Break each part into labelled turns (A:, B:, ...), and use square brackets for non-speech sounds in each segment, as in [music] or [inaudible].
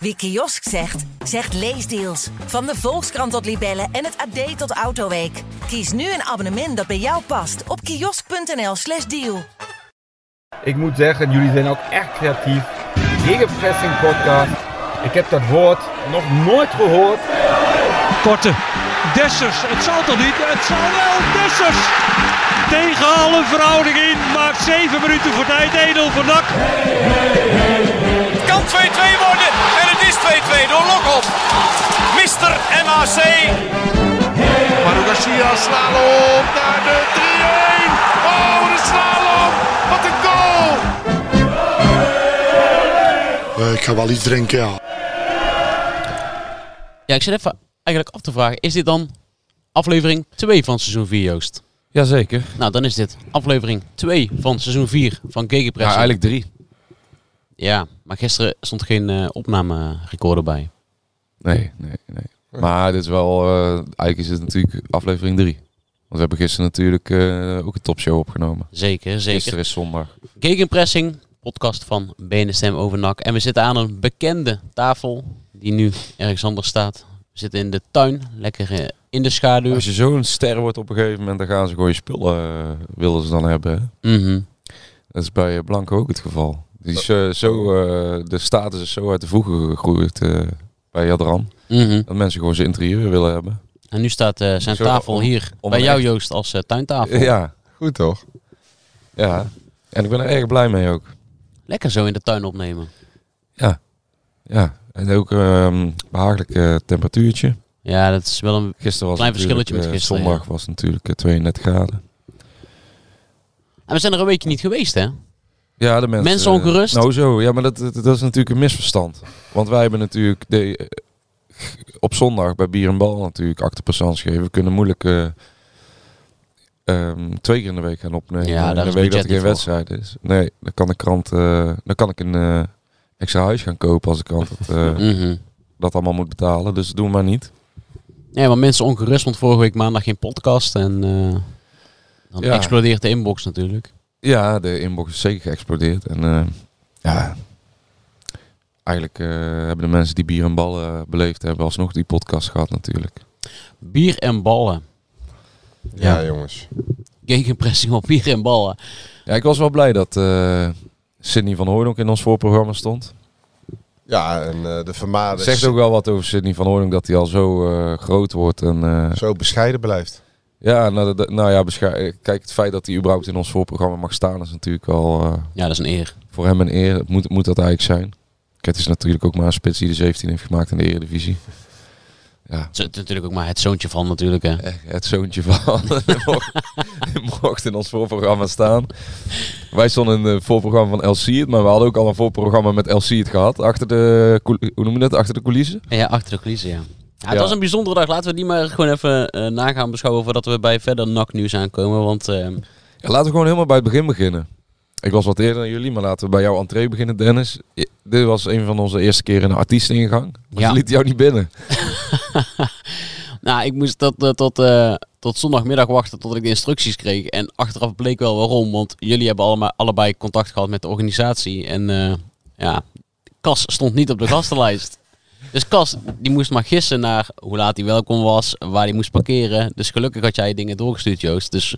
A: Wie kiosk zegt, zegt leesdeals. Van de Volkskrant tot Libellen en het AD tot Autoweek. Kies nu een abonnement dat bij jou past op kiosk.nl/slash deal.
B: Ik moet zeggen, jullie zijn ook echt creatief. Gegenpressing podcast. Ik heb dat woord nog nooit gehoord.
C: Korte. Dessers. Het zal toch niet? Het zal wel. Dessers. Tegen alle verhouding in. Maakt 7 minuten voor tijd. Edel van Dak.
D: Het kan 2-2 worden. En het is 2-2 door Lokop. Mister MAC.
E: Maru Garcia, slalom naar de 3-1. Oh, wat een slalom. Wat een goal.
F: Eh, ik ga wel iets drinken, ja.
G: Ja, ik zit even eigenlijk af te vragen. Is dit dan aflevering 2 van seizoen 4, Joost?
H: Jazeker.
G: Nou, dan is dit aflevering 2 van seizoen 4 van Gegenpress.
H: Ja,
G: Ja,
H: eigenlijk drie.
G: maar gisteren stond geen eh, opnamerecorder bij.
H: Nee, nee, nee. Maar dit is wel, eh, eigenlijk is het natuurlijk aflevering drie. Want we hebben gisteren natuurlijk eh, ook een topshow opgenomen.
G: Zeker, zeker.
H: Gisteren is zondag.
G: Gegenpressing, podcast van BNSM over NAC. En we zitten aan een bekende tafel, die nu ergens anders staat. We zitten in de tuin, lekker eh, in de schaduw.
H: Dus Als je zo'n ster wordt op een gegeven moment, dan gaan ze gewoon je spullen, eh, willen ze dan hebben. hè?
G: Mhm.
H: Dat is bij eh, Blanco ook het geval. Die is, eh, zo, eh, de status is zo uit de voegen gegroeid eh, bij Jadran.
G: mhm.
H: Dat mensen gewoon zijn interieur willen hebben.
G: En nu staat eh, zijn
H: Zo,
G: tafel
H: om-
G: hier
H: om
G: bij
H: een
G: jou,
H: echt-
G: Joost, als eh, tuintafel.
H: Ja, goed toch? Ja, en ik ben er erg blij mee ook.
G: Lekker zo in de tuin opnemen.
H: Ja, en ook ehm behagelijk eh, temperatuurtje.
G: Ja, dat is wel een
H: Gisteren was
G: Klein
H: natuurlijk,
G: verschilletje met
H: eh,
G: gisteren,
H: Zondag was natuurlijk eh, 32 graden.
G: En we zijn er een weekje niet geweest, hè?
H: Ja, de mensen,
G: Mensen ongerust?
H: Nou zo, ja, maar dat, dat, dat is natuurlijk een misverstand. Want wij hebben natuurlijk de, eh, op zondag bij Bier en Bal natuurlijk acte passants gegeven. We kunnen moeilijk eh, ehm, twee keer in de week gaan opnemen.
G: Ja, daar
H: in de
G: is
H: week
G: budget
H: dat er geen
G: niet voor.
H: wedstrijd is. Nee, dan kan de krant, eh, dan kan ik een eh, extra huis gaan kopen als de krant dat, eh,
G: [laughs] Mhm.
H: dat allemaal moet betalen. Dus dat doen we maar niet.
G: Ja, maar mensen ongerust, want vorige week maandag geen podcast. En eh, dan
H: Ja.
G: explodeert de inbox natuurlijk.
H: Ja, de inbox is zeker geëxplodeerd. En eh, ja, eigenlijk eh, hebben de mensen die bier en ballen eh, beleefd hebben alsnog die podcast gehad natuurlijk.
G: Bier en ballen.
I: Ja, jongens.
G: Gegenpressing op bier en ballen.
H: Ja, ik was wel blij dat eh Sidney van Hooydonk in ons voorprogramma stond.
I: Ja, en eh, de vermaarder
H: Zegt ook wel wat over Sidney van Hooydonk dat hij al zo eh, groot wordt. En, eh,
I: zo bescheiden blijft.
H: ja, nou, dat- nou ja, bescha- kijk, het feit dat hij überhaupt in ons voorprogramma mag staan is natuurlijk al eh,
G: Ja, dat is een eer.
H: voor hem een eer. Het Moet, moet dat eigenlijk zijn. Kijk, het is natuurlijk ook maar een spits die de 17 heeft gemaakt in de Eredivisie. Ja,
G: Het is natuurlijk ook maar het zoontje van natuurlijk. Hè.
H: Echt het zoontje van. [laughs] mocht, mocht in ons voorprogramma staan. Wij stonden in het voorprogramma van El Cid, maar we hadden ook al een voorprogramma met El Cid gehad. Achter de, coul- hoe noem je dat? Achter de coulissen.
G: Ja, achter de coulissen, ja. Ja, het
H: Ja.
G: was een bijzondere dag. Laten we die maar gewoon even eh, nagaan beschouwen voordat we bij verder NAC-nieuws aankomen. Want eh,
H: Ja, laten we gewoon helemaal bij het begin beginnen. Ik was wat eerder dan jullie, maar laten we bij jouw entree beginnen, Dennis. I- Dit was een van onze eerste keren een artiesteningang. Maar
G: Ja.
H: ze liet jou niet binnen.
G: nou, ik moest tot, eh, tot, eh, tot zondagmiddag wachten tot ik de instructies kreeg. En achteraf bleek wel waarom. Want jullie hebben allemaal, allebei contact gehad met de organisatie. En eh, ja, Cas stond niet op de gastenlijst. Dus Cas, die moest maar gissen naar hoe laat hij welkom was, waar hij moest parkeren. Dus gelukkig had jij dingen doorgestuurd, Joost. Dus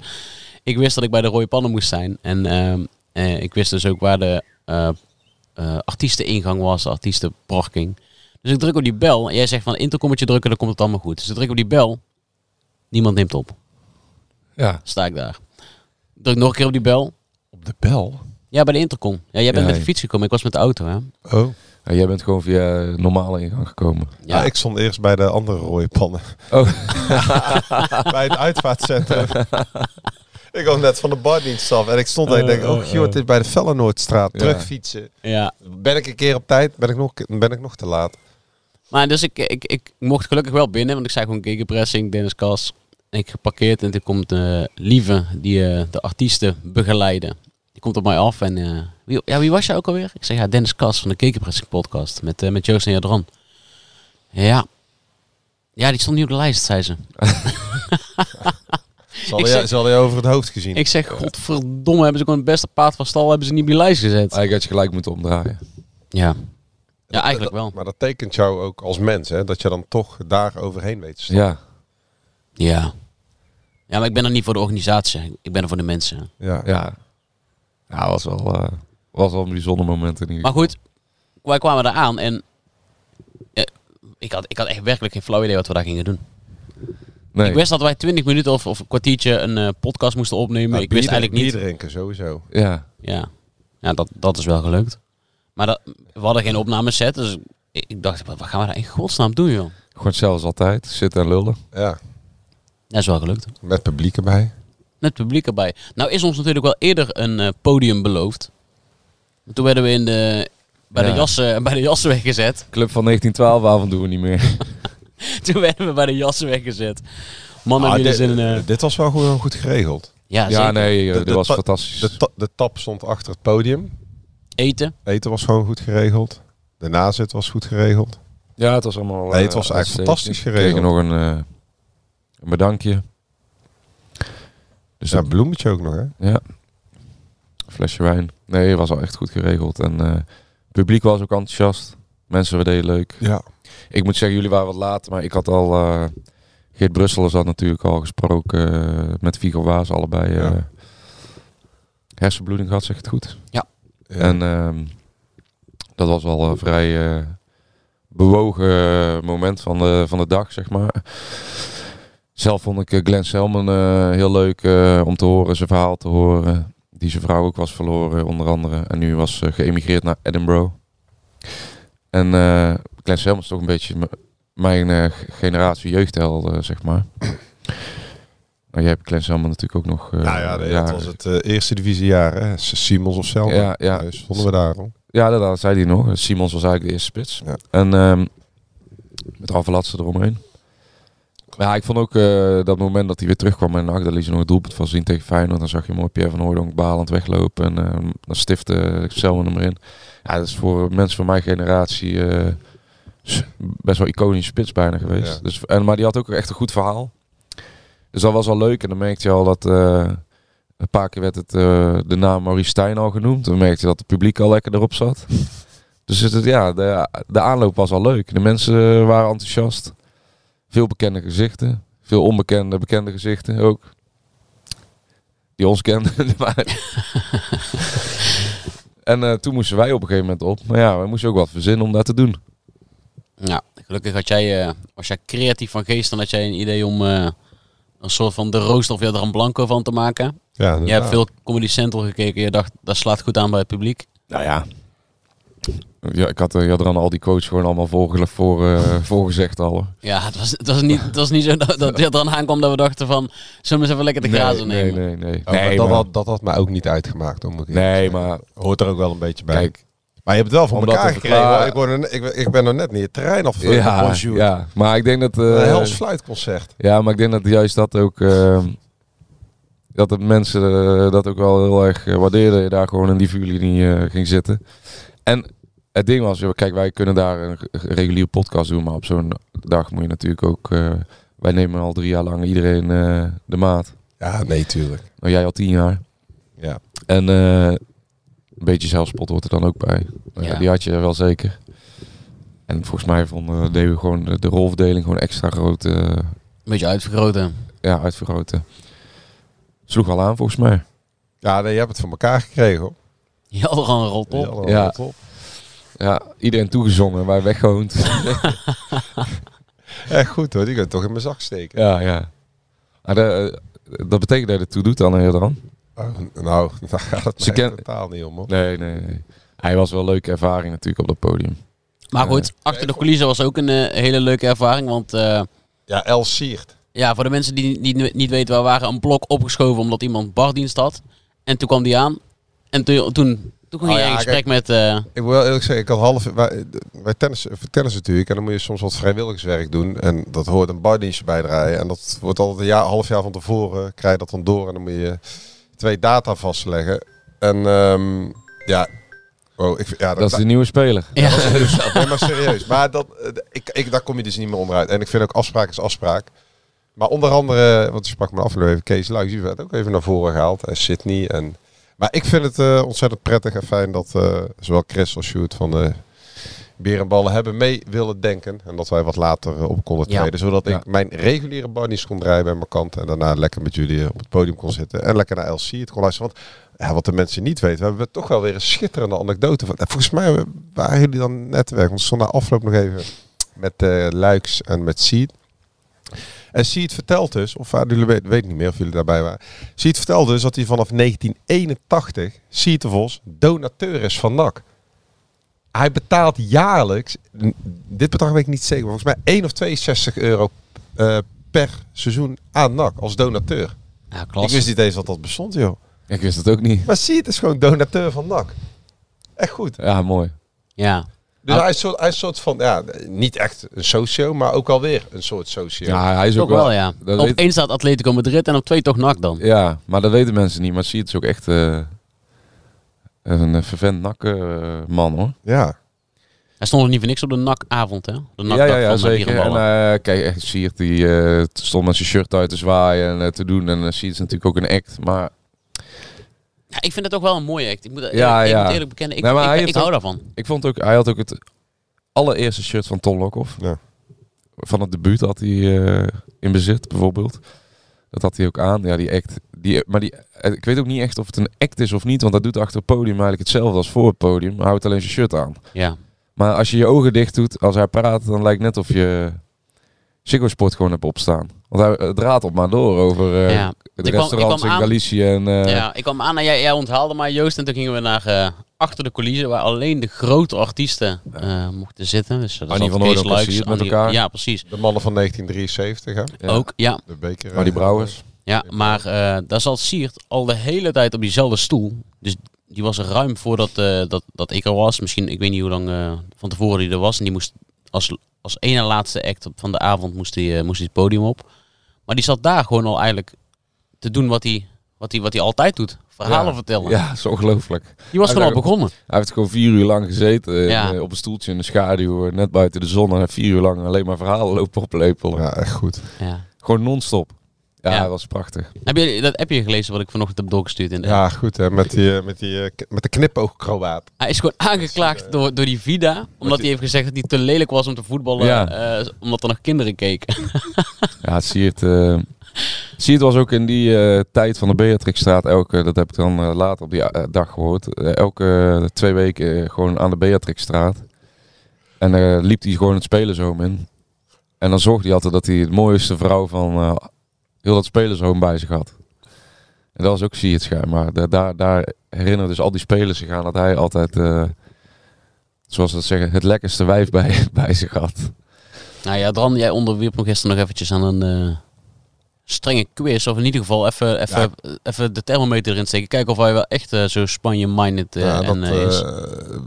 G: ik wist dat ik bij de Rode Pannen moest zijn. En ehm, eh, ik wist dus ook waar de eh eh artiesteningang was, de artiestenparking. Dus ik druk op die bel. En jij zegt van intercommetje drukken, dan komt het allemaal goed. Dus ik druk op die bel. Niemand neemt op.
H: Ja.
G: Sta ik daar. Druk nog een keer op die bel.
H: Op de bel?
G: Ja, bij de intercom. Ja, jij bent
H: Ja,
G: met de
H: ja. Ah,
G: fiets gekomen. Ik was met de auto, hè?
I: Oh.
H: Ja, jij bent gewoon via normale ingang gekomen.
I: Ja. ik stond eerst bij de andere rode
G: [laughs]
I: pannen.
H: [laughs] Oh.
G: Ah.
I: bij het uitvaartcentrum.
G: [laughs]
I: ik kwam net van de bardienst af en ik stond daar en ik denk, oh joh, dit is bij de Fellenoordstraat. Terugfietsen.
G: ja.
I: Ben ik een keer op tijd? Ben ik nog, ben ik nog te laat?
G: Maar dus ik, ik, ik mocht gelukkig wel binnen, want ik zei gewoon gegenpressing, Dennis Kas. En ik geparkeerd en toen komt eh, Lieve, die eh, de artiesten begeleiden. Die komt op mij af en... eh, wie, ja, wie was jij ook alweer? Ik zeg, ja, Dennis Kas van de Gegenpressing podcast met, eh, met Joost en Jadran. Ja. Ja, die stond niet op de lijst, zei ze.
I: Ze
G: Ik
I: hadden, je,
G: zeg-
I: ze hadden je over het hoofd gezien.
G: Ik zeg, godverdomme, hebben ze gewoon het beste paard van stal, hebben ze niet op die lijst gezet.
H: Eigenlijk had je gelijk moeten omdraaien.
G: Ja. Ja, eigenlijk wel.
I: Maar dat tekent jou ook als mens, hè? Dat je dan toch daar overheen weet. te stappen.
H: Ja.
G: Ja. Ja, maar ik ben er niet voor de organisatie. Ik ben er voor de mensen.
I: Ja.
H: Ja. Ja, was wel, eh, was wel een bijzonder moment in ieder
G: Maar
H: geval.
G: goed, wij kwamen daar aan en eh, ik, had, ik had echt werkelijk geen flauw idee wat we daar gingen doen.
H: Nee.
G: Ik wist dat wij 20 minuten of, of een kwartiertje een eh, podcast moesten opnemen.
I: Nou,
G: ik wist
I: bier-
G: eigenlijk niet.
I: bier drinken sowieso.
H: Ja.
G: Ja, ja dat, dat is wel gelukt. Maar dat, we hadden geen opnameset, dus ik, ik dacht, wat wat gaan we daar in godsnaam doen, joh?
H: Gewoon zelfs altijd. Zitten en lullen.
I: Ja.
G: Dat is wel gelukt.
I: Met publiek erbij.
G: Met publiek erbij. Nou is ons natuurlijk wel eerder een eh, podium beloofd. Toen werden we in de, bij,
H: Ja.
G: de jassen, [laughs] bij de jassen weggezet.
H: Club van 1912 avond doen we niet meer.
G: Toen werden we bij de jassen weggezet. Man, hebben
I: Ah, dit,
G: jullie zin in... eh,
I: dit was wel gewoon goed geregeld.
G: ja,
H: ja,
G: zeker.
H: nee, eh,
I: De-
H: dit
I: de
H: was
I: pa-
H: fantastisch.
I: De, ta- de tap stond achter het podium.
G: Eten.
I: Eten was gewoon goed geregeld. De nazit was goed geregeld.
H: ja, het was allemaal...
I: Nee, het
H: eh,
I: was eigenlijk
H: uitstekend.
I: fantastisch
H: We
I: geregeld.
H: kregen nog een, eh, een bedankje.
I: Dus dat bloemetje ook nog, hè?
H: Ja. Een flesje wijn. Nee, het was al echt goed geregeld. En eh, het publiek was ook enthousiast. Mensen we deden leuk.
I: Ja.
H: Ik moet zeggen, jullie waren wat laat, maar ik had al... eh Geert Brusselers had natuurlijk al gesproken eh, met Vigor Waas, allebei. eh,
I: Ja.
H: hersenbloeding gehad, zeg ik het goed.
I: En,
H: En ehm, dat was al een vrij eh, bewogen eh, moment van de, van de dag, zeg maar. Zelf vond ik eh, Glenn Selman eh, heel leuk eh, om te horen, zijn verhaal te horen. Die zijn vrouw ook was verloren, onder andere. En nu was eh, geëmigreerd naar Edinburgh. En eh, Glenn Selman is toch een beetje m- mijn eh, g- generatie jeugdheld, eh, zeg
I: [coughs]
H: maar. Nou, jij hebt Glenn Selman natuurlijk ook nog... eh,
I: nou ja, nee, dat was het eh, eerste divisiejaar, hè? S- Simons of Selma.
H: Ja, ja.
I: Dus vonden we daarom.
H: Ja, dat, dat zei hij nog. Simons was eigenlijk de eerste spits.
I: Ja.
H: En ehm met Avalatse eromheen. Maar ja, ik vond ook eh, dat moment dat hij weer terugkwam en Agda liet ze nog het doelpunt van zien tegen Feyenoord. Dan zag je mooi Pierre van Hooydonk balend weglopen en eh, dan stifte Selman hem erin. Ja, dat is voor mensen van mijn generatie eh, s- best wel iconisch spits bijna geweest.
I: Ja.
H: Dus, en, maar die had ook echt een goed verhaal. Dus dat was al leuk en dan merkte je al dat... eh, een paar keer werd het, eh, de naam Maurice Stijn al genoemd. Dan merkte je dat het publiek al lekker erop zat. Dus het, het- ja, de, de aanloop was al leuk. De mensen eh, waren enthousiast. Veel bekende gezichten. Veel onbekende, bekende gezichten ook. Die ons kenden. [laughs] maar- en eh, toen moesten wij op een gegeven moment op. Maar ja, we moesten ook wat verzinnen om dat te doen.
G: Ja, gelukkig had jij, eh, was jij creatief van geest. Dan had jij een idee om eh, een soort van de rooster of Jadran Blanco van te maken.
I: Ja,
G: Je
I: inderdaad.
G: hebt veel Comedy Central gekeken. Je dacht, dat slaat goed aan bij het publiek.
H: Nou ja. Ja, ik had, eh, je had er aan al die quotes gewoon allemaal voor, voor, eh, voorgezegd al. hoor.
G: Ja, het was, het was, niet, het was niet zo dat, dat Jadran aankwam dat we dachten van... Zullen we eens even lekker de grazen
H: nee,
G: nemen?
H: Nee, nee, nee.
I: Oh, maar
H: nee,
I: dat,
H: maar-
I: had, dat had mij ook niet uitgemaakt, hoor, moet ik eerlijk
H: nee,
I: zeggen.
H: maar
I: Hoort er ook wel een beetje bij.
H: kijk,
I: Maar je hebt het wel voor
H: Om dat
I: elkaar
H: te
I: gekregen.
H: verklaren-
I: hoor. Ik, word er, ik, ik ben nog net niet het terrein af.
H: ja,
I: Bonjour.
H: ja, maar ik denk dat... eh,
I: Een hels fluitconcert.
H: ja, maar ik denk dat juist dat ook... eh, dat de mensen eh, dat ook wel heel erg eh, waardeerden. Je daar gewoon in die vuurlinie eh, ging zitten. En het ding was, joh, kijk, wij kunnen daar een g- reguliere podcast doen. Maar op zo'n dag moet je natuurlijk ook... eh, wij nemen al drie jaar lang iedereen eh, de maat.
I: Ja, nee, tuurlijk.
H: Nou, jij al tien jaar.
I: Ja.
H: En eh, een beetje zelfspot hoort er dan ook bij. Nou ja,
G: Ja.
H: die had je wel zeker. En volgens mij vonden, deden we gewoon de, de rolverdeling gewoon extra groot eh,
G: Een beetje uitvergroten.
H: ja, uitvergroten. Sloeg al aan volgens mij.
I: Ja, nee, je hebt het voor elkaar gekregen, hoor.
G: Jadran rolt op.
I: Heel,
H: Ja.
I: heel top.
H: Ja, iedereen toegezongen, wij weggewoond.
I: Echt goed, hoor. Die kan je toch in mijn zak steken.
H: [laughs] ja, ja. Maar de, eh, dat betekent dat je er toe doet dan Herdan?
I: Oh, nou, [laughs] daar gaat het
H: Ze
I: mij
H: ken-
I: totaal niet om, hoor.
H: Nee, nee, nee. Hij was wel een leuke ervaring natuurlijk op dat podium.
G: Maar goed, achter de coulissen was ook een eh, hele leuke ervaring. Want eh,
I: Ja, El Siert.
G: ja, voor de mensen die niet, niet weten, we waren een blok opgeschoven omdat iemand bardienst had. En toen kwam die aan. En toen, toen, toen ging
I: Oh
G: jij
I: ja,
G: in gesprek met... eh,
I: Ik wil wel eerlijk zeggen, ik had half... Wij, eh, wij tennissen, we tennissen natuurlijk en dan moet je soms wat vrijwilligerswerk doen. En dat hoort een bardienstje bijdraaien. En dat wordt altijd een jaar, half jaar van tevoren, krijg je dat dan door. En dan moet je twee data vastleggen. En ehm, ja... Oh, ik, ja,
H: Dat is de nieuwe speler.
G: ja.
I: [laughs] Nee, maar serieus. Maar dat, eh, ik, ik, daar kom je dus niet meer onderuit. En ik vind ook afspraak is afspraak. Maar onder andere, want je sprak me afgelopen even, Kees Luijks, die werd ook even naar voren gehaald. En Sydney. En, maar ik vind het eh, ontzettend prettig en fijn dat eh, zowel Chris als Sjoerd van de berenballen hebben mee willen denken. En dat wij wat later eh, op konden
G: Ja.
I: treden. Zodat
H: Ja.
I: ik mijn reguliere bunnies kon draaien bij mijn kant. En daarna lekker met jullie eh, op het podium kon zitten. En lekker naar LC het kon luisteren. Want ja, wat de mensen niet weten, we hebben toch wel weer een schitterende anekdote. Van. En volgens mij eh, waren jullie dan net weg. Want ze stonden na afloop nog even met eh, Luiks en met Seed. En Seed vertelt dus, of waar jullie weten, weet niet meer of jullie daarbij waren. Seed vertelt dus dat hij vanaf 1981, Seed de Vos, donateur is van NAC. Hij betaalt jaarlijks, n- dit bedrag weet ik niet zeker, maar volgens mij 1 of 62 euro eh, per seizoen aan NAC als donateur.
G: Ja,
I: Ik
G: klas.
I: wist niet eens dat dat bestond, joh.
H: Ik wist dat ook niet.
I: Maar Seed is gewoon donateur van NAC. Echt goed.
H: Ja, mooi.
G: Ja.
I: Dus
G: Ah.
I: hij, is soort, hij is soort van, ja, niet echt een socio, maar ook alweer een soort socio.
H: Ja, hij is ook
G: Toch wel, ja.
H: dat
G: Op
H: weet-
G: één staat Atletico Madrid en op twee toch NAC dan.
H: Ja, maar dat weten mensen niet. Maar zie is ook echt eh, een eh, vervent nakke eh, man hoor.
I: ja.
G: Hij stond nog niet voor niks op de NAC-avond, hè? De NAC-dag
H: ja, ja, ja
G: van zeker.
H: zeker. En eh, kijk, echt Siert die eh, t- stond met zijn shirt uit te zwaaien en eh, te doen. En uh, Siert is natuurlijk ook een act. Maar
G: ja, ik vind het ook wel een mooie act. Ik moet,
H: Ja,
G: ja, ik
H: ja.
G: moet eerlijk bekennen, ik,
H: Nee, maar
G: ik-
H: hij
G: ik
H: heeft
G: hou
H: ook-
G: daarvan.
H: ik vond ook, hij had ook het allereerste shirt van Ton Lokhoff.
I: Ja.
H: Van het debuut had hij eh, in bezit bijvoorbeeld. Dat had hij ook aan. Ja, die act. Die, maar die, eh, ik weet ook niet echt of het een act is of niet. Want dat doet achter het podium eigenlijk hetzelfde als voor het podium. Hij houdt alleen zijn shirt aan.
G: Ja.
H: Maar als je je ogen dicht doet, als hij praat, dan lijkt net of je Ziggo Sport gewoon hebt opstaan. Want hij eh, draait op maar door over eh
G: Ja.
H: het
G: Ik kwam- ik
H: restaurant
G: kwam
H: in
G: aan-
H: Galicië. En, eh,
G: ja, ik kwam aan en jij, jij onthaalde mij, Joost. En toen gingen we naar eh, achter de coulissen, waar alleen de grote artiesten eh, mochten zitten. Dus, dat
H: Arnie van Hoorn
G: Hoorn
H: ook al zie je het met elkaar.
G: Ja, precies.
I: De mannen van 1973, hè?
H: Ja.
G: Ook, ja.
I: De beker.
H: Maar die
I: eh,
H: Brouwers.
G: Ja, maar eh, daar zat Siert al de hele tijd op diezelfde stoel. Dus die was er ruim voordat eh, dat, dat ik er was. Misschien, ik weet niet hoe lang eh, van tevoren die er was. En die moest als, als ene laatste act op- van de avond moest hij moest die het podium op. Maar die zat daar gewoon al eigenlijk te doen wat hij wat die, wat die altijd doet. Verhalen
H: Ja.
G: vertellen.
H: Ja, [laughs] dat is ongelooflijk.
G: Die was
H: Hij
G: gewoon al
H: zag-
G: begonnen.
H: Hij heeft gewoon vier uur lang gezeten eh,
G: Ja.
H: eh, op een stoeltje in de schaduw, eh, net buiten de zon. En hij heeft vier uur lang alleen maar verhalen lopen oplepelen.
I: Ja, echt goed.
G: Ja.
H: Gewoon non-stop. Ja,
G: Ja.
H: dat was prachtig.
G: Heb je dat appje gelezen wat ik vanochtend heb doorgestuurd? In de
I: Ja, goed hè, met, die, eh, met, die, eh, k- met de knipoogkroaat.
G: Hij is gewoon aangeklaagd door, door die Vida. Omdat hij heeft gezegd dat hij te lelijk was om te voetballen.
H: Ja.
G: eh, omdat er nog kinderen keken.
H: Ja, Siert, eh Siert was ook in die eh, tijd van de Beatrixstraat, elke, dat heb ik dan eh, later op die eh, dag gehoord, eh, elke eh, twee weken eh, gewoon aan de Beatrixstraat. En eh, liep hij gewoon het spelerzoom in. En dan zorgde hij altijd dat hij het mooiste vrouw van eh, heel dat spelerzoom bij zich had. En dat was ook Siert schijnbaar. Da- daar, daar herinneren dus al die spelers zich aan dat hij altijd, eh, zoals ze dat zeggen, het lekkerste wijf bij, [laughs] bij zich had.
G: Nou ja, Dran, jij onderwierp me gisteren nog eventjes aan een eh, strenge quiz. Of in ieder geval even, even, even de thermometer erin steken. Kijken of hij wel echt eh, zo Spanje-minded eh,
I: ja, dat,
G: en, eh, is.
I: eh,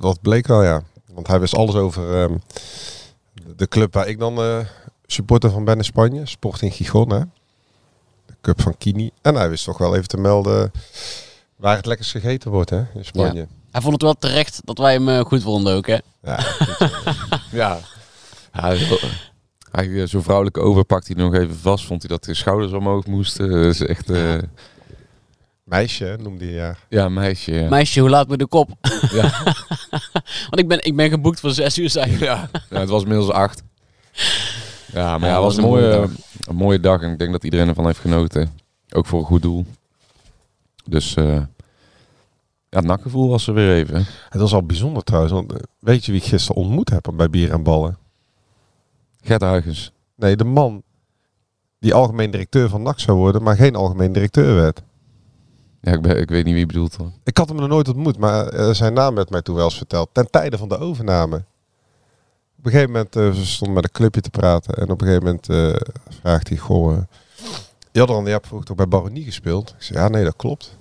I: dat bleek wel, ja. Want hij wist alles over ehm, de club waar ik dan eh, supporter van ben in Spanje. Sporting Gijon, hè. De cup van Kini. En hij wist toch wel even te melden waar het lekkerst gegeten wordt, hè, in Spanje.
G: Hij vond het wel terecht dat wij hem eh, goed vonden ook, hè?
I: Ja, [laughs]
H: Ja. hij, hij, eh, zo'n vrouwelijke overpakt hij nog even vast. Vond hij dat de schouders omhoog moesten. Dat is echt... eh,
I: meisje hè, noemde hij haar.
H: ja, meisje. Ja.
G: Meisje, hoe laat me de kop?
H: Ja.
G: [laughs] Want ik ben, ik ben geboekt voor zes uur, zei hij.
H: Ja. Ja, het was inmiddels acht. Ja,
G: Ja,
H: maar ja, het
G: het
H: was
G: was
H: een
G: een
H: mooie,
G: mooie
H: een mooie dag. En ik denk dat iedereen ervan heeft genoten. Ook voor een goed doel. Dus... eh, ja, het nakgevoel was er weer even.
I: Het was al bijzonder trouwens, want eh, weet je wie ik gisteren ontmoet heb bij Bier en Ballen?
H: Gert Huygens.
I: Nee, de man die algemeen directeur van NAC zou worden, maar geen algemeen directeur werd.
H: Ja, ik, ben, ik weet niet wie je bedoelt. Hoor.
I: Ik had hem nog nooit ontmoet, maar eh, zijn naam werd mij toen wel eens verteld. Ten tijde van de overname. Op een gegeven moment eh, ze stond met een clubje te praten. En op een gegeven moment eh, vraagt hij, goh, eh, Jadran, je hebt vroeger toch bij Baronie gespeeld? Ik zei, ja, nee, dat klopt.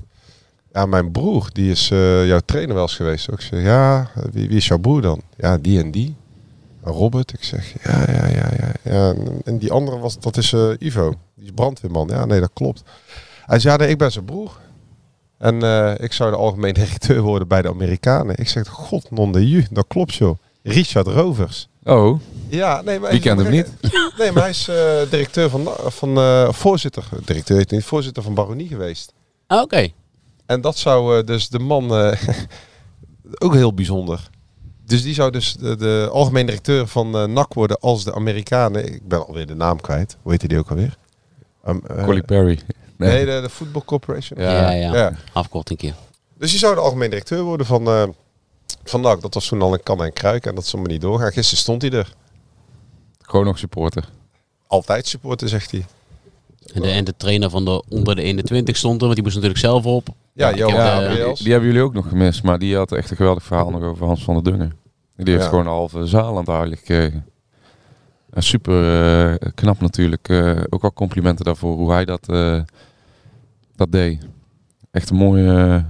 I: Ja, mijn broer, die is eh, jouw trainer wel eens geweest. Ik zeg, ja, wie, wie is jouw broer dan? Ja, die en die. En Robert, ik zeg, ja, ja, ja, ja. ja en, en die andere was, dat is eh, Ivo. Die is brandweerman. Ja, nee, dat klopt. Hij zei, ja, nee, ik ben zijn broer. En eh, ik zou de algemeen [laughs] directeur worden bij de Amerikanen. Ik zeg, god, non de ju, dat klopt joh. Richard Rovers.
H: Oh,
I: Ja, nee, maar...
H: Wie kent hem niet?
I: [laughs] Nee, maar hij is eh, directeur van, van eh, voorzitter, directeur heet het niet, voorzitter van Baronie geweest.
G: Ah, Oké.
I: [laughs] En dat zou eh, dus de man, eh, ook heel bijzonder. Dus die zou dus de, de algemeen directeur van eh, NAC worden als de Amerikanen. Ik ben alweer de naam kwijt. Hoe heet die ook alweer? Um, eh,
H: Colin Perry.
I: nee, de, de Football Corporation.
H: Ja.
G: Ja, ja.
I: Ja.
G: Afkorting keer.
I: Dus die zou de algemeen directeur worden van, eh van NAC. Dat was toen al een kan en kruik en dat zal maar niet doorgaan. Gisteren stond hij er.
H: Gewoon nog supporter.
I: Altijd supporter, zegt hij.
G: En de, en de trainer van de onder de 21 stond er, want die moest natuurlijk zelf op.
I: Ja,
G: ik
I: Johan
G: heb,
H: Ja,
G: eh,
I: Gabriel.
H: die, die hebben jullie ook nog gemist, maar die had echt een geweldig verhaal nog over Hans van der Dungen. Die heeft
I: Ja.
H: gewoon een halve zaal aan het huilen gekregen. En super eh, knap natuurlijk. Eh, ook al complimenten daarvoor hoe hij dat, eh, dat deed. Echt een mooi, eh,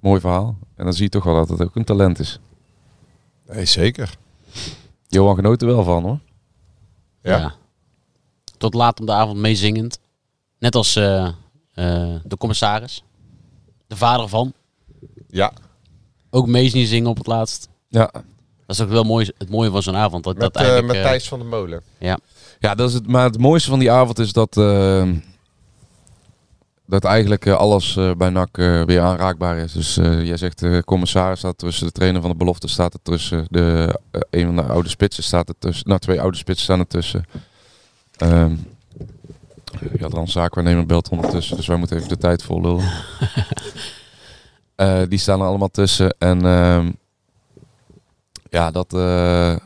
H: mooi verhaal. En dan zie je toch wel dat het ook een talent is.
I: Nee, zeker.
H: Johan genoot er wel van hoor.
I: Ja.
G: Tot laat om de avond meezingend. Net als eh, eh, de commissaris. De vader van.
I: Ja.
G: Ook mee zien zingen op het laatst.
H: Ja.
G: Dat is ook wel mooi, het mooie van zo'n avond. Dat,
I: Met,
G: dat
I: eh
G: eigenlijk,
I: met
G: eh,
I: Thijs van der Molen.
G: ja.
H: Ja, dat is het, maar het mooiste van die avond is dat, eh, dat eigenlijk eh, alles eh, bij NAC eh, weer aanraakbaar is. Dus eh, jij zegt de commissaris staat tussen, de trainer van de belofte staat er tussen, de, eh, een van de oude spitsen staat er tussen. Nou, twee oude spitsen staan er tussen. Ehm ja, dan zaakwaarnemer belt ondertussen, dus wij moeten even de tijd vol lullen. Eh, die staan er allemaal tussen en ehm, ja, dat... eh,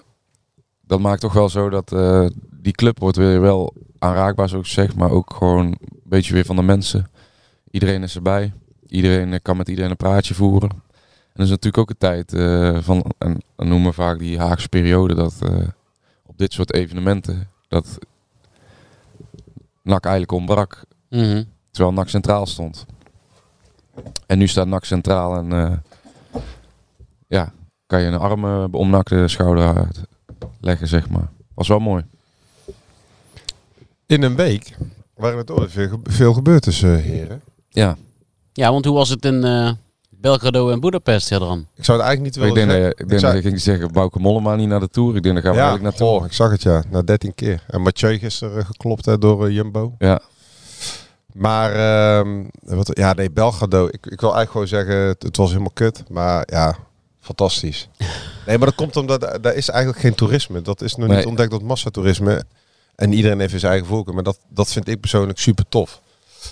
H: dat maakt toch wel zo dat eh, die club wordt weer wel aanraakbaar, zoals ik zeg, maar ook gewoon een beetje weer van de mensen. Iedereen is erbij. Iedereen eh, kan met iedereen een praatje voeren. En dat is natuurlijk ook een tijd eh, van, en dan noemen we vaak die Haagse periode, dat eh, op dit soort evenementen, dat NAC eigenlijk ontbrak.
G: mhm.
H: Terwijl NAC centraal stond. En nu staat NAC centraal en eh, ja, kan je een arm eh, om NAC de schouder uit leggen, zeg maar. Was wel mooi.
I: In een week waren er toch veel, ge- veel gebeurd tussen heren.
H: Ja,
G: ja, want hoe was het in eh Belgrado en Budapest, Hedran?
I: Ik zou het eigenlijk niet
H: ik
I: willen
H: denk, dat,
I: zeggen.
H: je- ik denk
I: zou-
H: dat je ging zeggen, Bouke Mollema niet naar de Tour. Ik denk, dat gaan we
I: ja,
H: eigenlijk naartoe.
I: goh, ik zag het ja. Na 13 keer. En Mathieu gisteren eh, geklopt hè, door eh, Jumbo.
H: Ja.
I: Maar ehm, wat, ja, nee, Belgrado. Ik, ik wil eigenlijk gewoon zeggen, het, het was helemaal kut. Maar ja, fantastisch. Nee, maar dat komt omdat eh, daar is eigenlijk geen toerisme. Dat is nog
H: Nee.
I: niet ontdekt, dat massatoerisme. En iedereen heeft zijn eigen voorkeur. Maar dat, dat vind ik persoonlijk super tof.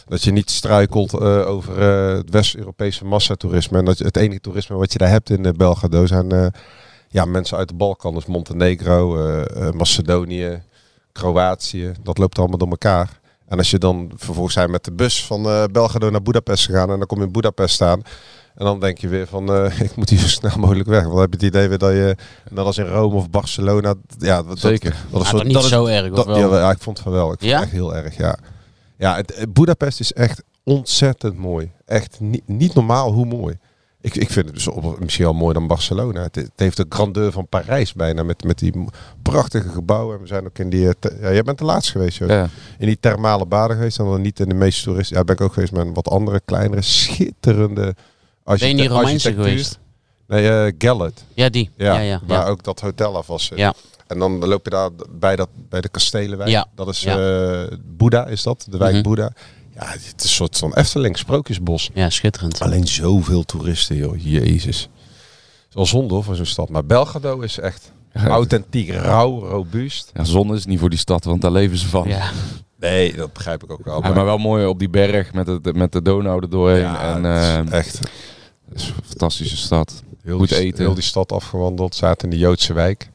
I: Dat je niet struikelt eh, over eh, het West-Europese massatoerisme. En dat je, het enige toerisme wat je daar hebt in eh, Belgrado zijn eh, ja, mensen uit de Balkan. Dus Montenegro, eh, eh, Macedonië, Kroatië. Dat loopt allemaal door elkaar. En als je dan vervolgens zijn met de bus van eh Belgrado naar Budapest gegaan en dan kom je in Budapest staan. En dan denk je weer van, eh, [laughs] ik moet hier zo snel mogelijk weg. Want dan heb je het idee weer dat je, net als in Rome of Barcelona, d- ja, dat,
H: Zeker.
I: Dat, dat is
G: Ah,
I: zo-
G: toch niet
I: dat is-
G: zo erg, of
I: dat,
G: wel?
I: ja, ja, ik vond het van wel. Ik vond
G: Ja?
I: het echt heel erg, ja. Ja, het, eh, Boedapest is echt ontzettend mooi. Echt niet, niet normaal hoe mooi. Ik, ik vind het dus op, misschien wel mooier dan Barcelona. Het, het heeft de grandeur van Parijs bijna met, met die m- prachtige gebouwen. En we zijn ook in die... eh, te- ja, jij bent de laatste geweest, Joost.
H: Ja.
I: In die thermale baden geweest. En dan niet in de meest toeristen. Ja, ben ik ook geweest met een wat andere, kleinere, schitterende
G: Ben je
I: archite-
G: niet Romeinse
I: architectuur.
G: geweest?
I: Nee, eh Gallet.
G: Ja, die.
I: Ja,
G: Ja, ja,
I: waar
G: ja.
I: ook dat hotel af was. eh,
G: Ja.
I: En dan loop je daar bij, dat, bij de kastelenwijk.
G: Ja.
I: Dat is
G: Ja.
I: eh, Boeddha, is dat? De wijk
G: Mhm.
I: Boeddha. Ja, het is een soort van Efteling, sprookjesbos.
G: Ja, schitterend.
I: Alleen zoveel toeristen, joh. Jezus. Het is wel zonde hoor, voor zo'n stad. Maar Belgrado is echt authentiek, rauw, robuust.
H: Ja, zon is niet voor die stad, want daar leven ze van.
G: Ja.
I: Nee, dat begrijp ik ook wel.
H: Ja,
I: Maar,
H: maar wel mooi op die berg met, het, met de Donau er doorheen.
I: Ja,
H: en,
I: het
H: eh,
I: is echt
H: het is een fantastische stad.
I: heel
H: goed
I: die,
H: eten.
I: heel die stad afgewandeld. Zaten in de Joodse wijk.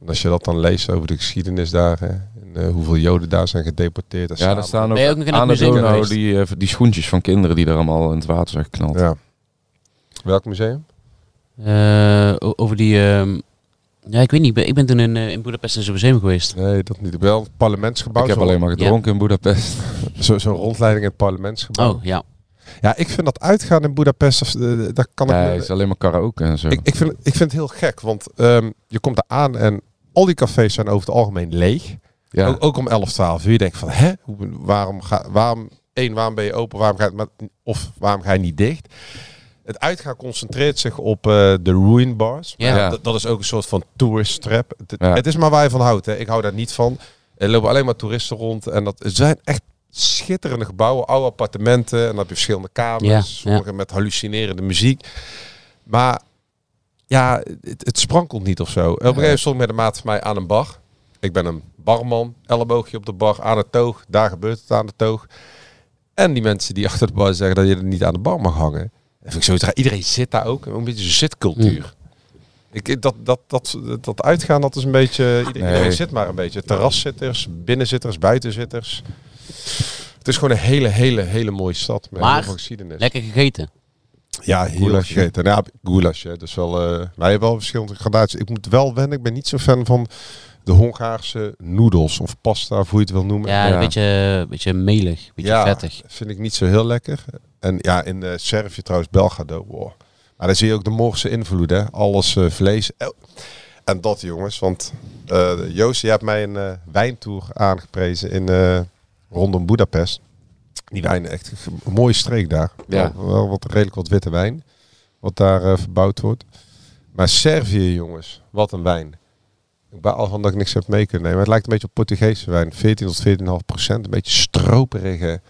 I: En als je dat dan leest over de geschiedenis daar. hè, en eh, hoeveel Joden daar zijn gedeporteerd. en
H: Ja, daar
I: samen-
H: staan ook,
G: Ben je ook nog in het
H: aan de
G: museum
H: Donau
G: geweest?
H: die, eh, die schoentjes van kinderen die er allemaal in het water zijn geknald.
I: Ja. Welk museum?
G: Eh, o- over die... ehm, ja, ik weet niet. Ik ben, ik ben toen in, eh, in Budapest in zo'n museum geweest.
I: Nee, dat niet. Wel het parlementsgebouw.
H: Ik heb
I: Zo'n-
H: alleen maar gedronken in Budapest.
I: zo- zo'n rondleiding in het parlementsgebouw.
G: Oh, ja.
I: Ja, ik vind dat uitgaan in Boedapest, of, eh, daar [laughs] kan ik...
H: Nee,
I: me-
H: het is alleen maar karaoke en zo.
I: ik, ik, vind, ik vind het heel gek, want ehm, je komt daar aan en al die cafés zijn over het algemeen leeg.
H: ja.
I: Ook, ook om 11, 12 uur. Je denkt van, hè, hoe- waarom ga... Waarom, één, waarom ben je open? Waarom ga je, maar- of waarom ga je niet dicht? Het uitgaan concentreert zich op eh, de ruin bars.
G: Ja.
I: Ja, dat, dat is ook een soort van tourist trap. Het,
H: Ja.
I: het is maar waar je van houdt. Hè. Ik hou daar niet van. Er lopen alleen maar toeristen rond. En dat het zijn echt schitterende gebouwen. Oude appartementen. En dan heb je verschillende kamers.
G: Ja, ja.
I: sommige met hallucinerende muziek. Maar ja, het, het sprankelt niet of zo. Op een gegeven moment stond ik met een maat van mij aan een bar. Ik ben een barman, elleboogje op de bar, aan het toog. Daar gebeurt het aan de toog. En die mensen die achter de bar zeggen dat je er niet aan de bar mag hangen. Dat vind ik zoiets raar. Iedereen zit daar ook. Een beetje zitcultuur. Ik, dat, dat, dat, dat uitgaan, dat is een beetje... Iedereen,
H: Nee.
I: iedereen zit maar een beetje. Terraszitters, binnenzitters, buitenzitters. Het is gewoon een hele, hele, hele mooie stad. Met
G: Maar-
I: heel veel geschiedenis.
G: Lekker gegeten.
I: Ja, heel erg
H: Goulash.
I: gegeten. Ja, goulash. Hè. Dus wel, eh, wij hebben wel verschillende gradaties. Ik moet wel wennen, ik ben niet zo fan van de Hongaarse noedels of pasta, of hoe je het wil noemen.
G: Ja,
H: Ja.
G: een beetje, beetje melig, een beetje
I: Ja,
G: vettig.
I: vind ik niet zo heel lekker. En ja, in eh Servië trouwens, Belgrado. Wow. Maar dan zie je ook de Moorse invloed, hè. Alles eh, vlees. El- En dat, jongens. Want eh, Joost, je hebt mij een eh, wijntour aangeprezen in, eh, rondom Budapest. Die wijn, echt een mooie streek daar.
H: Ja.
I: Wel, wel wat, redelijk wat witte wijn, wat daar eh, verbouwd wordt. Maar Servië, jongens, wat een wijn. Ik baal van dat ik niks heb mee kunnen nemen. Het lijkt een beetje op Portugese wijn. 14 tot 14,5 procent. Een beetje stroperige